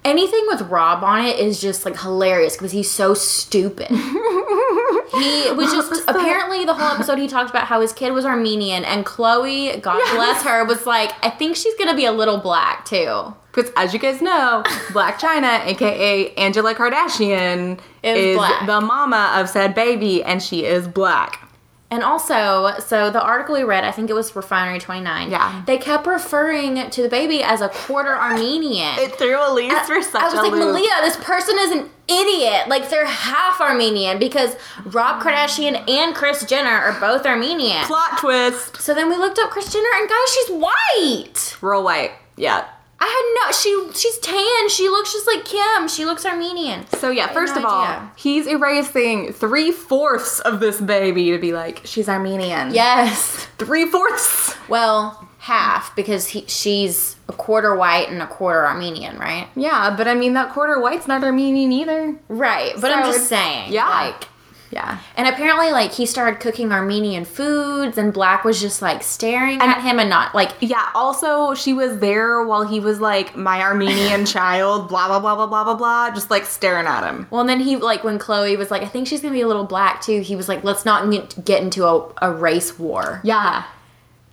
Speaker 2: anything with Rob on it is just like hilarious because he's so stupid. he was just apparently the whole episode he talked about how his kid was Armenian and Chloe, God bless her, was like, I think she's gonna be a little black too.
Speaker 3: Because as you guys know, Black China, aka Angela Kardashian,
Speaker 2: Is
Speaker 3: is,
Speaker 2: black.
Speaker 3: the mama of said baby, and she is black.
Speaker 2: And also, so the article we read, I think it was Refinery 29.
Speaker 3: Yeah.
Speaker 2: They kept referring to the baby as a quarter Armenian.
Speaker 3: It threw Elise for such
Speaker 2: I was
Speaker 3: a
Speaker 2: like,
Speaker 3: loop.
Speaker 2: Malia, this person is an idiot. Like, they're half Armenian because Rob Kardashian and Chris Jenner are both Armenian.
Speaker 3: Plot twist.
Speaker 2: So then we looked up Chris Jenner, and guys, she's white.
Speaker 3: Real white. Yeah.
Speaker 2: I had no. She she's tan. She looks just like Kim. She looks Armenian.
Speaker 3: So yeah,
Speaker 2: had
Speaker 3: first
Speaker 2: no
Speaker 3: of all,
Speaker 2: idea.
Speaker 3: he's erasing three fourths of this baby to be like, she's Armenian.
Speaker 2: Yes.
Speaker 3: Three fourths.
Speaker 2: Well, half because he, she's a quarter white and a quarter Armenian, right?
Speaker 3: Yeah, but I mean that quarter white's not Armenian either.
Speaker 2: Right. But I'm
Speaker 3: So
Speaker 2: just
Speaker 3: it's-
Speaker 2: saying.
Speaker 3: yeah.
Speaker 2: Like,
Speaker 3: Yeah.
Speaker 2: and apparently, like he started cooking Armenian foods, and Black was just like staring at him and not like
Speaker 3: Yeah, also she was there while he was like my Armenian child, blah blah blah blah blah blah blah, just like staring at him.
Speaker 2: Well, and then he like when Chloe was like, I think she's gonna be a little black too. He was like, let's not n- get into a, a race war.
Speaker 3: Yeah.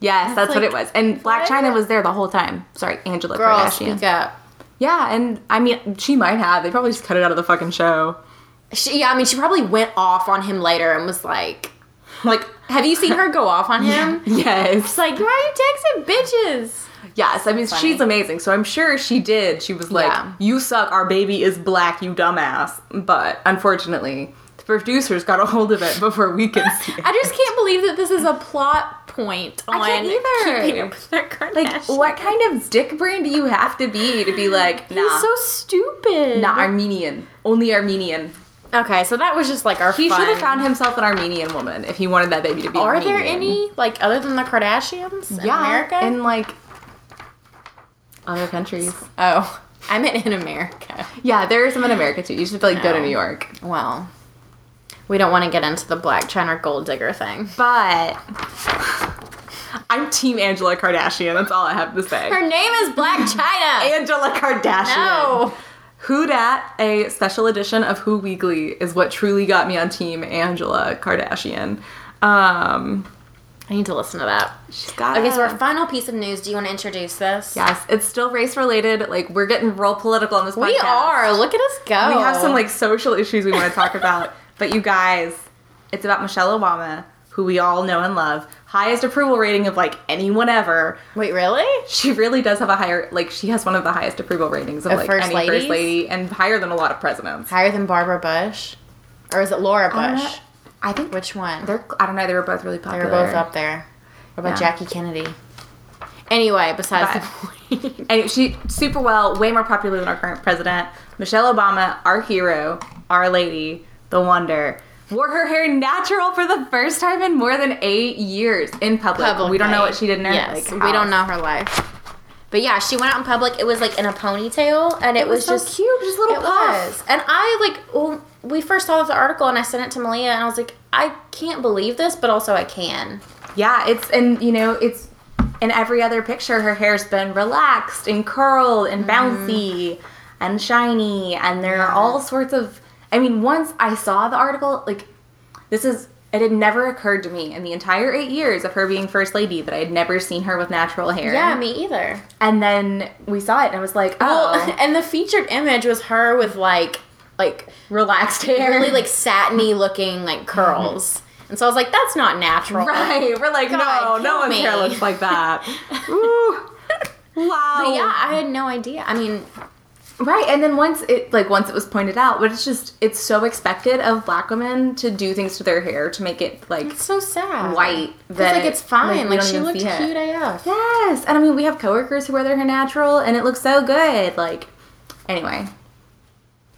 Speaker 3: Yes, that's what
Speaker 2: like,
Speaker 3: it was. And Black
Speaker 2: what?
Speaker 3: China was there the whole time. Sorry, Angela
Speaker 2: Girl,
Speaker 3: Kardashian.
Speaker 2: speak up.
Speaker 3: Yeah, and I mean she might have. They probably just cut it out of the fucking show.
Speaker 2: She, yeah, I mean, she probably went off on him later and was like,
Speaker 3: Like
Speaker 2: Have you seen her go off on him?
Speaker 3: Yes.
Speaker 2: It's like, why are you texting bitches?
Speaker 3: Yes, I mean
Speaker 2: Funny.
Speaker 3: she's amazing. So I'm sure she did. She was like,
Speaker 2: Yeah.
Speaker 3: "You suck. Our baby is black. You dumbass." But unfortunately, the producers got a hold of it before we could see. It.
Speaker 2: I just can't believe that this is a plot point on
Speaker 3: can't either.
Speaker 2: keeping up with the
Speaker 3: Like,
Speaker 2: Kardashians.
Speaker 3: what kind of dick brain do you have to be to be like, nah,
Speaker 2: He's so stupid.
Speaker 3: nah, Armenian, only Armenian?
Speaker 2: okay, so that was just like our.
Speaker 3: He
Speaker 2: fun.
Speaker 3: should have found himself an Armenian woman if he wanted that baby to be.
Speaker 2: Are there
Speaker 3: Armenian.
Speaker 2: any like other than the Kardashians in
Speaker 3: Yeah,
Speaker 2: America?
Speaker 3: in like other countries.
Speaker 2: oh, I meant in America.
Speaker 3: Yeah, there are some in America too. You should like go to
Speaker 2: No.
Speaker 3: New York.
Speaker 2: Well, we don't want to get into the black China gold digger thing.
Speaker 3: But I'm Team Angela Kardashian. That's all I have to say.
Speaker 2: Her name is Black China.
Speaker 3: Angela Kardashian.
Speaker 2: no.
Speaker 3: Who Dat, a special edition of Who Weekly, is what truly got me on Team Angela Kardashian. Um,
Speaker 2: I need to listen to that.
Speaker 3: She's got
Speaker 2: Okay, so
Speaker 3: it.
Speaker 2: our final piece of news. Do you want to introduce this?
Speaker 3: Yes, it's still race related. Like we're getting real political on this podcast.
Speaker 2: We are. Oh. Look at us go.
Speaker 3: We have some like social issues we want to talk about. but you guys, it's about Michelle Obama, who we all know and love. Highest approval rating of like anyone ever.
Speaker 2: Wait, really?
Speaker 3: She really does have a higher like she has one of the highest approval ratings of
Speaker 2: Of
Speaker 3: like
Speaker 2: first
Speaker 3: any
Speaker 2: ladies?
Speaker 3: first lady and higher than a lot of presidents.
Speaker 2: Higher than Barbara Bush? Or is it Laura
Speaker 3: Uh,
Speaker 2: Bush?
Speaker 3: I think
Speaker 2: Which one?
Speaker 3: they're I don't know, they were both really
Speaker 2: They
Speaker 3: popular.
Speaker 2: were both up there. What about
Speaker 3: Yeah.
Speaker 2: Jackie Kennedy? Anyway, besides the point.
Speaker 3: And she super well, way more popular than our current president. Michelle Obama, our hero, our lady, the wonder, wore her hair natural for the first time in more than eight years in public. We don't know what she did in her
Speaker 2: Yes,
Speaker 3: like, oh.
Speaker 2: we
Speaker 3: house.
Speaker 2: don't know her life. But yeah, she went out in public. It was like in a ponytail, and it,
Speaker 3: It was, so
Speaker 2: just
Speaker 3: cute, just little
Speaker 2: It
Speaker 3: puffs.
Speaker 2: was. And I like well, we first saw the article, and I sent it to Malia, and I was like, I can't believe this, but also I can.
Speaker 3: Yeah, it's and you know it's in every other picture her hair's been relaxed and curled and
Speaker 2: Mm-hmm.
Speaker 3: bouncy and shiny and there are all sorts of I mean once I saw the article like this is it had never occurred to me in the entire 8 years of her being first lady that I had never seen her with natural hair.
Speaker 2: Yeah, me either.
Speaker 3: And then we saw it and I was like, "Oh,
Speaker 2: Well, and the featured image was her with like like
Speaker 3: relaxed hair."
Speaker 2: really like satiny looking like curls. And so I was like, that's not natural.
Speaker 3: right. We're like,
Speaker 2: God,
Speaker 3: "No, no
Speaker 2: kill
Speaker 3: one's hair
Speaker 2: me."
Speaker 3: looks like that." Ooh. Wow.
Speaker 2: But yeah, I had no idea. I mean,
Speaker 3: Right, and then once it like once it was pointed out, but it's just it's so expected of black women to do things to their hair to make it like
Speaker 2: it's so sad.
Speaker 3: White,
Speaker 2: It's
Speaker 3: that-
Speaker 2: like it's
Speaker 3: like,
Speaker 2: fine.
Speaker 3: we
Speaker 2: Like,
Speaker 3: don't
Speaker 2: she
Speaker 3: even
Speaker 2: looked
Speaker 3: see
Speaker 2: cute
Speaker 3: it.
Speaker 2: AF.
Speaker 3: yes. And I mean, we have coworkers who wear their hair natural, and it looks so good. Like, anyway,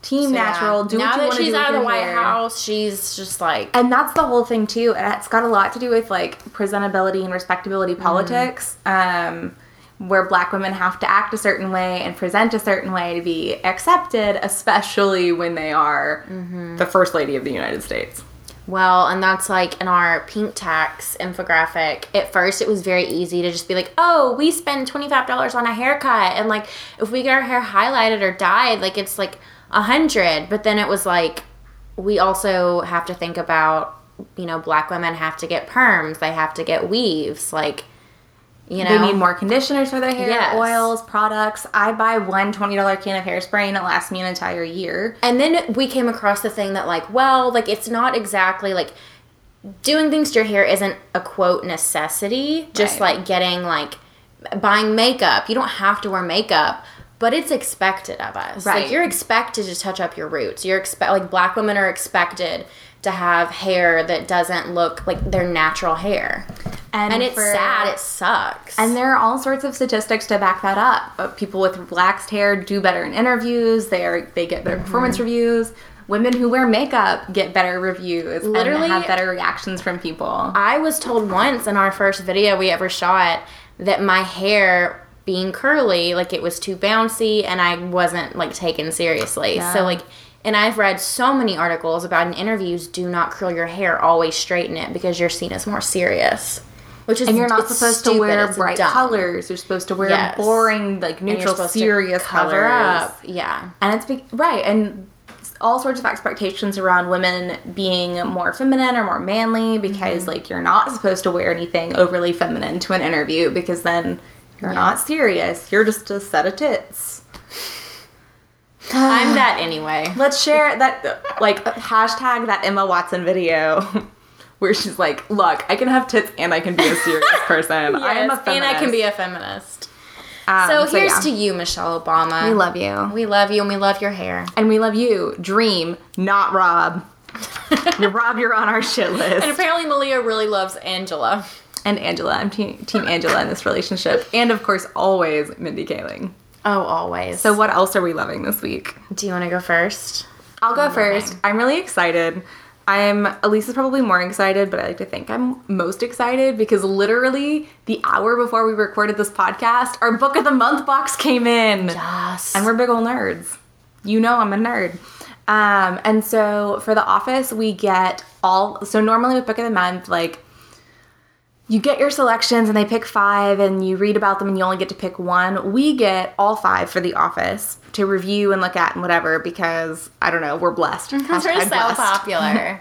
Speaker 3: team
Speaker 2: So, yeah.
Speaker 3: natural. Do
Speaker 2: now
Speaker 3: what you want
Speaker 2: that
Speaker 3: to do
Speaker 2: she's
Speaker 3: with
Speaker 2: out of the
Speaker 3: your
Speaker 2: White
Speaker 3: hair.
Speaker 2: House, she's just like
Speaker 3: And that's the whole thing too. And it's got a lot to do with like presentability and respectability
Speaker 2: Mm-hmm.
Speaker 3: politics, um, where black women have to act a certain way and present a certain way to be accepted, especially when they are
Speaker 2: Mm-hmm.
Speaker 3: the first lady of the United States.
Speaker 2: Well, and that's like in our pink tax infographic. At first, it was very easy to just be like, oh, we spend $25 on a haircut. And like, if we get our hair highlighted or dyed, like it's like a hundred. But then it was like, we also have to think about, you know, black women have to get perms, they have to get weaves. Like, you know,
Speaker 3: They need more conditioners for their hair,
Speaker 2: Yes.
Speaker 3: oils, products. I buy one $20 can of hairspray and it lasts me an entire year.
Speaker 2: And then we came across the thing that, like, well, like, it's not exactly like doing things to your hair isn't a quote necessity, just
Speaker 3: Right.
Speaker 2: like getting, like, buying makeup. You don't have to wear makeup. But it's expected of us.
Speaker 3: Right.
Speaker 2: Like you're expected to touch up your roots. You're expect like black women are expected to have hair that doesn't look like their natural hair. And it's
Speaker 3: for-
Speaker 2: sad. It sucks.
Speaker 3: And there are all sorts of statistics to back that up. But people with relaxed hair do better in interviews. They are they get better performance
Speaker 2: Mm-hmm.
Speaker 3: reviews. Women who wear makeup get better reviews.
Speaker 2: Literally-
Speaker 3: and have better reactions from people.
Speaker 2: I was told once in our first video we ever shot that my hair being curly, like it was too bouncy and I wasn't like taken seriously. So like and I've read so many articles about in interviews do not curl your hair, always straighten it because you're seen as more serious. Which is
Speaker 3: And you're not
Speaker 2: it's
Speaker 3: supposed
Speaker 2: stupid,
Speaker 3: to wear
Speaker 2: it's
Speaker 3: bright
Speaker 2: dumb.
Speaker 3: colors. You're supposed to wear
Speaker 2: Yes.
Speaker 3: boring, like
Speaker 2: And you're
Speaker 3: neutral,
Speaker 2: supposed to
Speaker 3: serious colors.
Speaker 2: cover up. Yeah.
Speaker 3: And it's be- right, and all sorts of expectations around women being more feminine or more manly
Speaker 2: Mm-hmm.
Speaker 3: because like you're not supposed to wear anything overly feminine to an interview because then you're not serious. You're just a set of tits.
Speaker 2: I'm that anyway.
Speaker 3: Let's share that like hashtag that Emma Watson video where she's like, "Look, I can have tits and I can be a serious person. I am a
Speaker 2: Yes,
Speaker 3: feminist,
Speaker 2: and I can be a feminist.
Speaker 3: Um,
Speaker 2: So, here's
Speaker 3: yeah.
Speaker 2: to you, Michelle Obama.
Speaker 3: we love you
Speaker 2: we love you and we love your hair.
Speaker 3: and we love you. Dream, not Rob. you're Rob. You're on our shit list.
Speaker 2: And apparently Malia really loves Angela.
Speaker 3: and Angela. I'm team, team Angela in this relationship. And of course, always Mindy Kaling.
Speaker 2: Oh, always.
Speaker 3: So, what else are we loving this week?
Speaker 2: do you want to go first?
Speaker 3: I'll go first. I'm really excited. I'm, Elisa's probably more excited, but I like to think I'm most excited because literally the hour before we recorded this podcast, our book of the month box came in.
Speaker 2: Yes.
Speaker 3: And we're big old nerds. You know I'm a nerd. Um, and so for the office, we get all so normally with Book of the Month, like you get your selections and they pick five and you read about them and you only get to pick one. We get all five for the office to review and look at and whatever because I don't know, we're blessed.
Speaker 2: Because Mm, we're so
Speaker 3: Hashtag blessed.
Speaker 2: popular.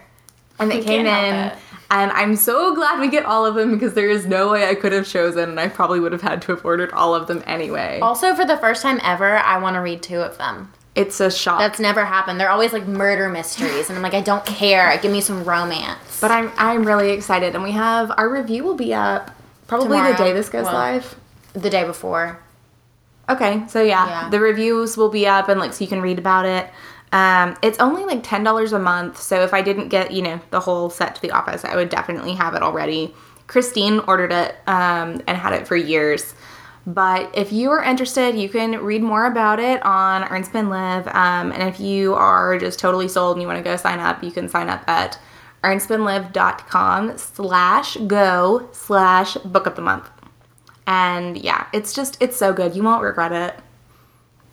Speaker 3: and
Speaker 2: You
Speaker 3: it came in.
Speaker 2: can't help it.
Speaker 3: And I'm so glad we get all of them because there is no way I could have chosen, and I probably would have had to have ordered all of them anyway.
Speaker 2: Also, for the first time ever, I want to read two of them.
Speaker 3: It's a shock.
Speaker 2: That's never happened. They're always like murder mysteries, and I'm like, I don't care. Give me some romance.
Speaker 3: but I'm I'm really excited, and we have our review will be up probably
Speaker 2: Tomorrow.
Speaker 3: the day this goes
Speaker 2: Well.
Speaker 3: live.
Speaker 2: the day before,
Speaker 3: Okay, so yeah,
Speaker 2: Yeah.
Speaker 3: the reviews will be up and like so you can read about it. Um, it's only like ten dollars a month, so if I didn't get you know the whole set to the office, I would definitely have it already. Christine ordered it um, and had it for years. But if you are interested, you can read more about it on Earn Spin Live. Um, and if you are just totally sold and you want to go sign up, you can sign up at earnspinlive.com slash go slash book of the month. And yeah, it's just it's so good. You won't regret it.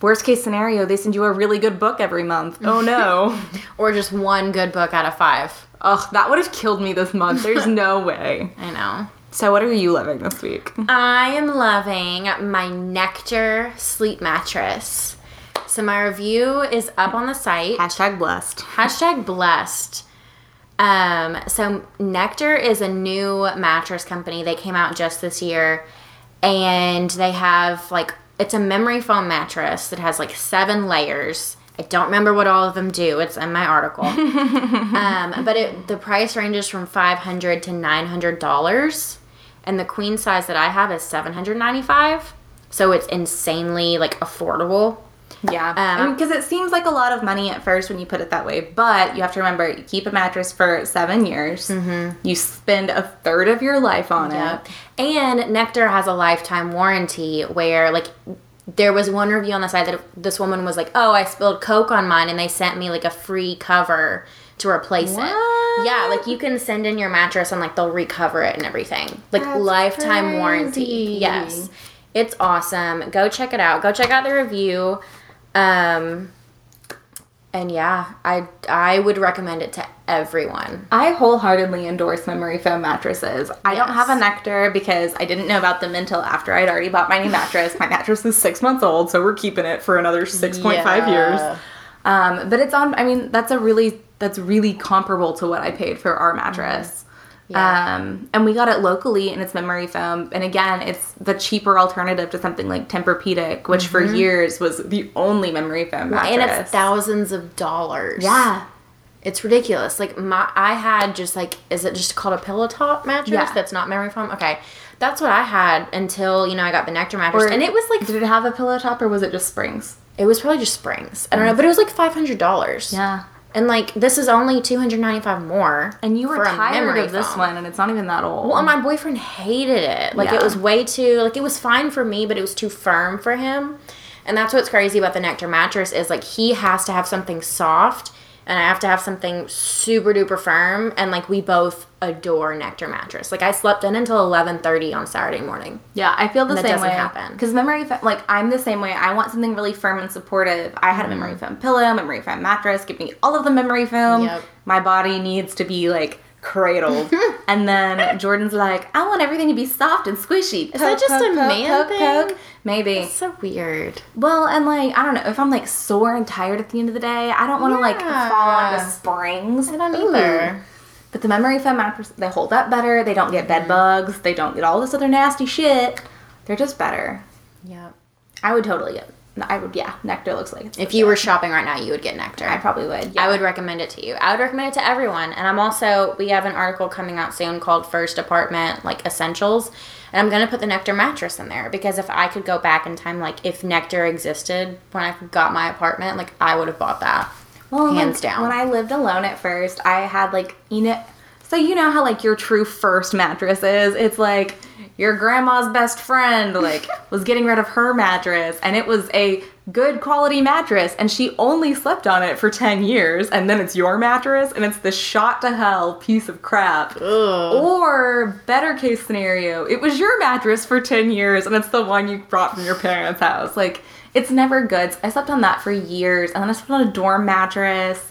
Speaker 3: Worst case scenario, they send you a really good book every month. Oh no.
Speaker 2: or just one good book out of five.
Speaker 3: Ugh, that would have killed me this month. There's no way.
Speaker 2: I know.
Speaker 3: So what are you loving this week?
Speaker 2: I am loving my Nectar sleep mattress. So my review is up on the site.
Speaker 3: Hashtag blessed.
Speaker 2: Hashtag blessed. Um, so Nectar is a new mattress company. They came out just this year and they have like it's a memory foam mattress that has like seven layers. I don't remember what all of them do. It's in my article. um, but it the price ranges from 500 to $900 and the queen size that I have is 795. So it's insanely like affordable.
Speaker 3: Yeah. Because it seems like a lot of money at first when you put it that way, but you have to remember you keep a mattress for seven years. You spend a third of your life on it.
Speaker 2: And Nectar has a lifetime warranty where, like, there was one review on the side that this woman was like, "Oh, I spilled Coke on mine, and they sent me like a free cover to replace it."
Speaker 3: What?
Speaker 2: Yeah, like you can send in your mattress and like they'll recover it and everything. Like
Speaker 3: That's
Speaker 2: lifetime
Speaker 3: crazy.
Speaker 2: warranty. Yes, it's awesome. Go check it out. Go check out the review. Um, and yeah, I I would recommend it to everyone.
Speaker 3: I wholeheartedly endorse memory foam mattresses. I don't
Speaker 2: Yes.
Speaker 3: have a nectar because I didn't know about them until after I'd already bought my new mattress. my mattress is six months old, so we're keeping it for another six point five
Speaker 2: Yeah.
Speaker 3: years. Um, but it's on. I mean, that's a really that's really comparable to what I paid for our mattress.
Speaker 2: Mm-hmm. Yeah.
Speaker 3: Um, and we got it locally, and it's memory foam. And again, it's the cheaper alternative to something like Tempur-Pedic, which for years was the only memory foam mattress.
Speaker 2: Mm-hmm. And it's thousands of dollars.
Speaker 3: yeah.
Speaker 2: It's ridiculous. Like my, I had just like, is it just called a pillow top mattress?
Speaker 3: Yeah.
Speaker 2: That's not memory foam. Okay, that's what I had until you know I got the Nectar mattress,
Speaker 3: Or-
Speaker 2: and it was like
Speaker 3: Did it have a pillow top or was it just springs?
Speaker 2: it was probably just springs. I don't know, but it was like five hundred dollars.
Speaker 3: Yeah.
Speaker 2: and like this is only two hundred ninety five more.
Speaker 3: And you were
Speaker 2: for a
Speaker 3: tired
Speaker 2: memory
Speaker 3: of this
Speaker 2: foam.
Speaker 3: one, and it's not even that old.
Speaker 2: Well, and my boyfriend hated it. Like
Speaker 3: Mm. Yeah.
Speaker 2: it was way too like it was fine for me, but it was too firm for him. And that's what's crazy about the Nectar mattress is like he has to have something soft and I have to have something super duper firm and like we both adore Nectar mattress. Like I slept in until 11:30 on Saturday morning.
Speaker 3: yeah, I feel the
Speaker 2: That
Speaker 3: same
Speaker 2: doesn't
Speaker 3: way.
Speaker 2: happen.
Speaker 3: Because memory, foam, like I'm the same way. I want something really firm and supportive. I had a
Speaker 2: Mm.
Speaker 3: memory foam pillow, memory foam mattress. Give me all of the memory foam.
Speaker 2: Yep.
Speaker 3: My body needs to be like cradled. and then Jordan's like, I want everything to be soft and squishy. Is
Speaker 2: that just a man thing?
Speaker 3: Maybe.
Speaker 2: So weird.
Speaker 3: Well, and like I don't know if I'm like sore and tired at the end of the day, I don't want to like
Speaker 2: Yeah.
Speaker 3: fall onto springs.
Speaker 2: I don't
Speaker 3: Ooh.
Speaker 2: either.
Speaker 3: But the memory foam mattress, they hold up better. They don't get bed
Speaker 2: Mm-hmm.
Speaker 3: bugs. They don't get all this other nasty shit. They're just better.
Speaker 2: Yeah.
Speaker 3: I would totally get. I would. Yeah, Nectar looks like it's.
Speaker 2: If you were shopping right now, you would get Nectar.
Speaker 3: I probably would. Yeah.
Speaker 2: I would recommend it to you. I would recommend it to everyone. And I'm also, we have an article coming out soon called First Apartment, like Essentials. And I'm going to put the Nectar mattress in there because if I could go back in time, like if Nectar existed when I got my apartment, like I would have bought that.
Speaker 3: Well,
Speaker 2: hands
Speaker 3: like,
Speaker 2: down.
Speaker 3: When I lived alone at first, I had like you know, so you know how like your true first mattress is. It's like your grandma's best friend like was getting rid of her mattress, and it was a good quality mattress, and she only slept on it for ten years, and then it's your mattress, and it's the shot to hell piece of crap. Or better case scenario, it was your mattress for ten years, and it's the one you brought from your parents' house, like. It's never good. So I slept on that for years, and then I slept on a dorm mattress,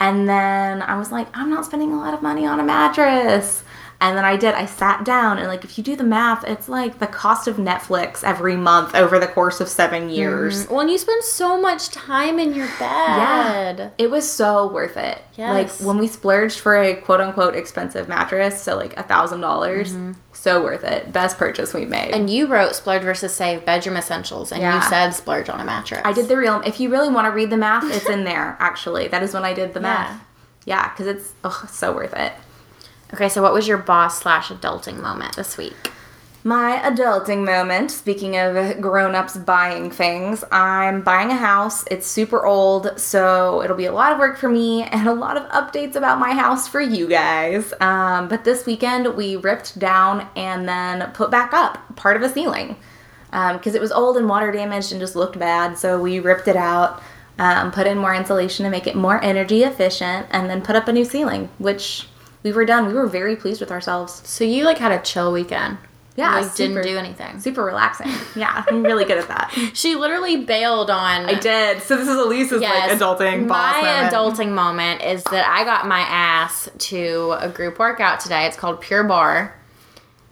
Speaker 3: and then I was like, I'm not spending a lot of money on a mattress. And then I did, I sat down and like if you do the math, it's like the cost of Netflix every month over the course of
Speaker 2: Mm-hmm.
Speaker 3: seven years.
Speaker 2: Well, and you spend so much time in your bed.
Speaker 3: Yeah. It was so worth it.
Speaker 2: Yes.
Speaker 3: Like when we splurged for a quote unquote expensive mattress, so like a thousand dollars, so worth it. Best purchase we made.
Speaker 2: Mm-hmm. And you wrote Splurge versus Save Bedroom Essentials, and
Speaker 3: Yeah.
Speaker 2: you said splurge on a mattress.
Speaker 3: I did the real. If you really want to read the math, it's in there. Actually, that is when I did the math. Yeah, because it's oh, so worth it.
Speaker 2: Okay, so what was your boss slash adulting moment this week?
Speaker 3: My adulting moment. Speaking of grown-ups buying things, I'm buying a house. It's super old, so it'll be a lot of work for me and a lot of updates about my house for you guys. Um, but this weekend we ripped down and then put back up part of a ceiling. because it was old and water damaged and just looked bad. So we ripped it out, um, put in more insulation to make it more energy efficient, and then put up a new ceiling, which we were done. We were very pleased with ourselves.
Speaker 2: So you like had a chill weekend.
Speaker 3: Yeah,
Speaker 2: You, like, didn't
Speaker 3: super.
Speaker 2: do anything.
Speaker 3: Super relaxing. Yeah, I'm really good at that.
Speaker 2: She literally bailed on.
Speaker 3: I did. So this is Elise's like
Speaker 2: Yes,
Speaker 3: adulting boss
Speaker 2: My
Speaker 3: moment.
Speaker 2: adulting moment is that I got my ass to a group workout today. It's called Pure Bar.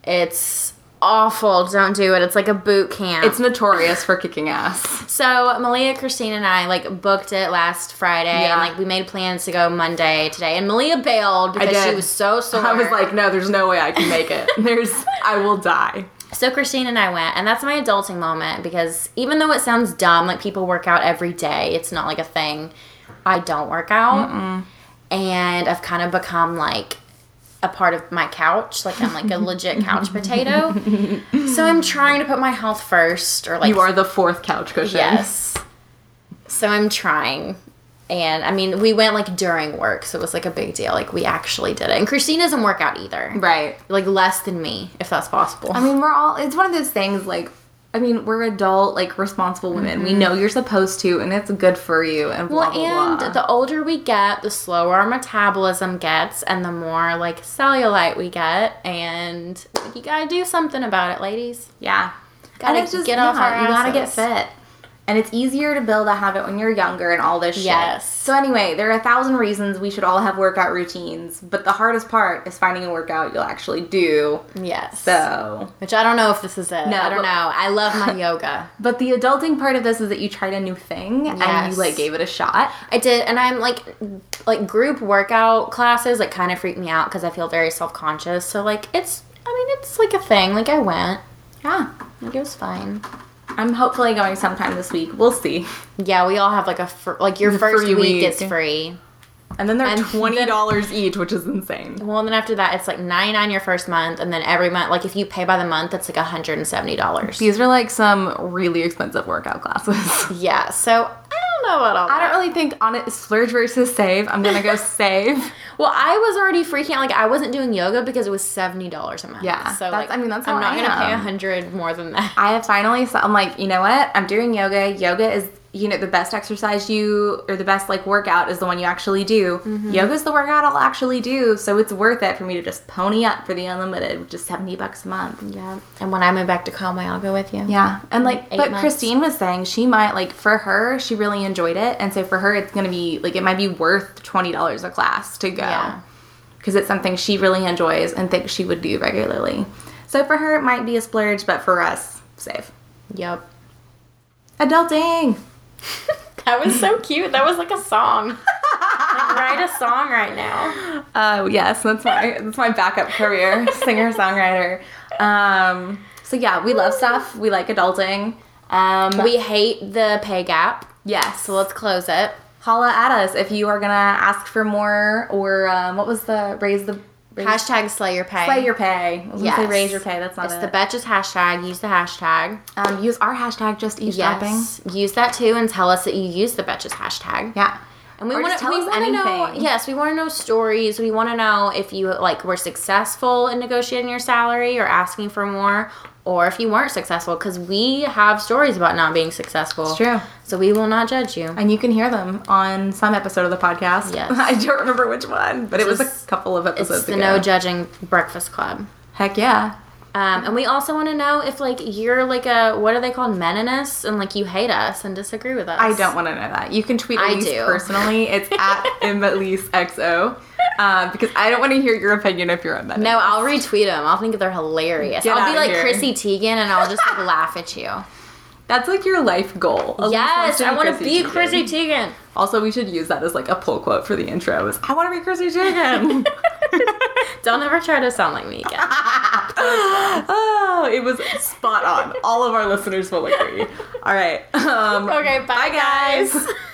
Speaker 2: It's awful. Don't do it. It's like a boot camp.
Speaker 3: It's notorious for kicking ass.
Speaker 2: So Malia, Christine, and I like booked it last Friday,
Speaker 3: Yeah.
Speaker 2: and like we made plans to go Monday today. And Malia bailed because she
Speaker 3: did.
Speaker 2: was so sore.
Speaker 3: I was like, no, there's no way I can make it. There's, I will die.
Speaker 2: so Christine and I went, and that's my adulting moment because even though it sounds dumb, like people work out every day, it's not like a thing. I don't work out, and I've kind of become like a part of my couch. Like I'm like a legit couch potato. So I'm trying to put my health first, or like
Speaker 3: You are the fourth couch cushion.
Speaker 2: Yes. So I'm trying. And I mean, we went like during work, so it was like a big deal. Like we actually did it. And Christine doesn't work out either.
Speaker 3: Right.
Speaker 2: Like less than me, if that's possible.
Speaker 3: I mean, we're all, it's one of those things like, I mean, we're adult, like responsible women. We know you're supposed to, and it's good for you, and blah,
Speaker 2: well,
Speaker 3: blah,
Speaker 2: and
Speaker 3: blah.
Speaker 2: the older we get, the slower our metabolism gets, and the more like cellulite we get. And you gotta do something about it, ladies.
Speaker 3: yeah.
Speaker 2: Gotta
Speaker 3: and it's just,
Speaker 2: get off
Speaker 3: yeah,
Speaker 2: our
Speaker 3: you gotta get
Speaker 2: asses.
Speaker 3: fit. And it's easier to build a habit when you're younger and all this shit.
Speaker 2: Yes.
Speaker 3: So, anyway, there are a thousand reasons we should all have workout routines, but the hardest part is finding a workout you'll actually do.
Speaker 2: Yes.
Speaker 3: So,
Speaker 2: Which I don't know if this is it.
Speaker 3: No,
Speaker 2: I
Speaker 3: but-
Speaker 2: don't know. I love my yoga.
Speaker 3: but the adulting part of this is that you tried a new thing and
Speaker 2: Yes.
Speaker 3: you like gave it a shot.
Speaker 2: I did, and I'm like, like group workout classes like kind of freak me out because I feel very self conscious. So like, it's I mean, it's like a thing. Like I went,
Speaker 3: Yeah.
Speaker 2: like it was fine.
Speaker 3: I'm hopefully going sometime this week. We'll see.
Speaker 2: Yeah, we all have like a fr- like your first
Speaker 3: Free
Speaker 2: week,
Speaker 3: week.
Speaker 2: is free.
Speaker 3: And then they're
Speaker 2: And
Speaker 3: twenty dollars each, which is insane.
Speaker 2: Well, and then after that, it's like ninety nine your first month, and then every month, like if you pay by the month, it's like hundred and seventy dollars.
Speaker 3: These are like some really expensive workout classes.
Speaker 2: Yeah, so I don't know about
Speaker 3: I
Speaker 2: all that.
Speaker 3: don't really think on it splurge versus save. I'm gonna go save.
Speaker 2: Well, I was already freaking out. Like I wasn't doing yoga because it was seventy dollars a month.
Speaker 3: Yeah,
Speaker 2: so
Speaker 3: that's- I
Speaker 2: like,
Speaker 3: mean, that's
Speaker 2: I'm
Speaker 3: how
Speaker 2: not
Speaker 3: I
Speaker 2: gonna pay a
Speaker 3: am.
Speaker 2: hundred more than that.
Speaker 3: I have finally. So I'm like, you know what? I'm doing yoga. Yoga is you know the best exercise you or the best like workout is the one you actually do.
Speaker 2: Mm-hmm.
Speaker 3: Yoga's the workout I'll actually do, so it's worth it for me to just pony up for the unlimited, which is seventy bucks a month.
Speaker 2: Yeah, and when I move back to Conway, I'll go with you.
Speaker 3: Yeah, and like,
Speaker 2: Eight
Speaker 3: but
Speaker 2: months.
Speaker 3: Christine was saying she might like for her, she really enjoyed it, and so for her, it's gonna be like it might be worth twenty dollars a class to go,
Speaker 2: Yeah.
Speaker 3: because it's something she really enjoys and thinks she would do regularly. So for her, it might be a splurge, but for us, save
Speaker 2: Yep.
Speaker 3: adulting.
Speaker 2: That was so cute. That was like a song. like, write a song right now.
Speaker 3: Oh yes, that's my that's my backup career, singer songwriter. Um, so yeah, we love stuff. We like adulting. Um,
Speaker 2: We hate the pay gap,
Speaker 3: yes,
Speaker 2: so let's close it.
Speaker 3: holla at us if you are gonna ask for more or um, what was the raise the raise,
Speaker 2: Hashtag slay your pay.
Speaker 3: slay your pay. I was gonna say
Speaker 2: Yes.
Speaker 3: raise your pay. That's not
Speaker 2: It's
Speaker 3: it.
Speaker 2: the betches hashtag. Use the hashtag.
Speaker 3: um, use our hashtag just eavesdropping.
Speaker 2: Yes. Use that too and tell us that you use the betches hashtag.
Speaker 3: Yeah,
Speaker 2: And we
Speaker 3: Or
Speaker 2: want
Speaker 3: just
Speaker 2: to
Speaker 3: tell
Speaker 2: we
Speaker 3: us
Speaker 2: want to know.
Speaker 3: anything.
Speaker 2: Yes, we want to know stories. We want to know if you like were successful in negotiating your salary or asking for more, or if you weren't successful because we have stories about not being successful.
Speaker 3: It's true.
Speaker 2: So we will not judge you.
Speaker 3: and you can hear them on some episode of the podcast.
Speaker 2: Yes.
Speaker 3: I don't remember which one, but it was
Speaker 2: is-
Speaker 3: a couple of
Speaker 2: It's
Speaker 3: episodes
Speaker 2: the
Speaker 3: ago.
Speaker 2: no judging breakfast club.
Speaker 3: Heck yeah.
Speaker 2: Um, and we also want to know if like you're like a what are they called meninist and like you hate us and disagree with us.
Speaker 3: I don't want to know that. You can tweet
Speaker 2: I
Speaker 3: Elise
Speaker 2: do.
Speaker 3: personally. It's at MelisXO. Um,
Speaker 4: uh, because I don't want to hear your opinion if you're a feminist.
Speaker 2: No, I'll retweet them. I'll think they're hilarious.
Speaker 4: Get
Speaker 2: I'll
Speaker 4: outta
Speaker 2: be like
Speaker 4: here.
Speaker 2: Chrissy Teigen and I'll just like laugh at you.
Speaker 4: that's like your life goal. Elise
Speaker 2: yes,
Speaker 4: wants
Speaker 2: I
Speaker 4: be
Speaker 2: want to
Speaker 4: Chrissy
Speaker 2: be
Speaker 4: Teigen.
Speaker 2: Chrissy Teigen.
Speaker 4: Also, we should use that as like a pull quote for the intro. Is I want to be Chrissy Teigen.
Speaker 2: Don't ever try to sound like me again.
Speaker 4: oh, it was spot on. All of our listeners will agree. All right. Um,
Speaker 2: okay, bye, guys.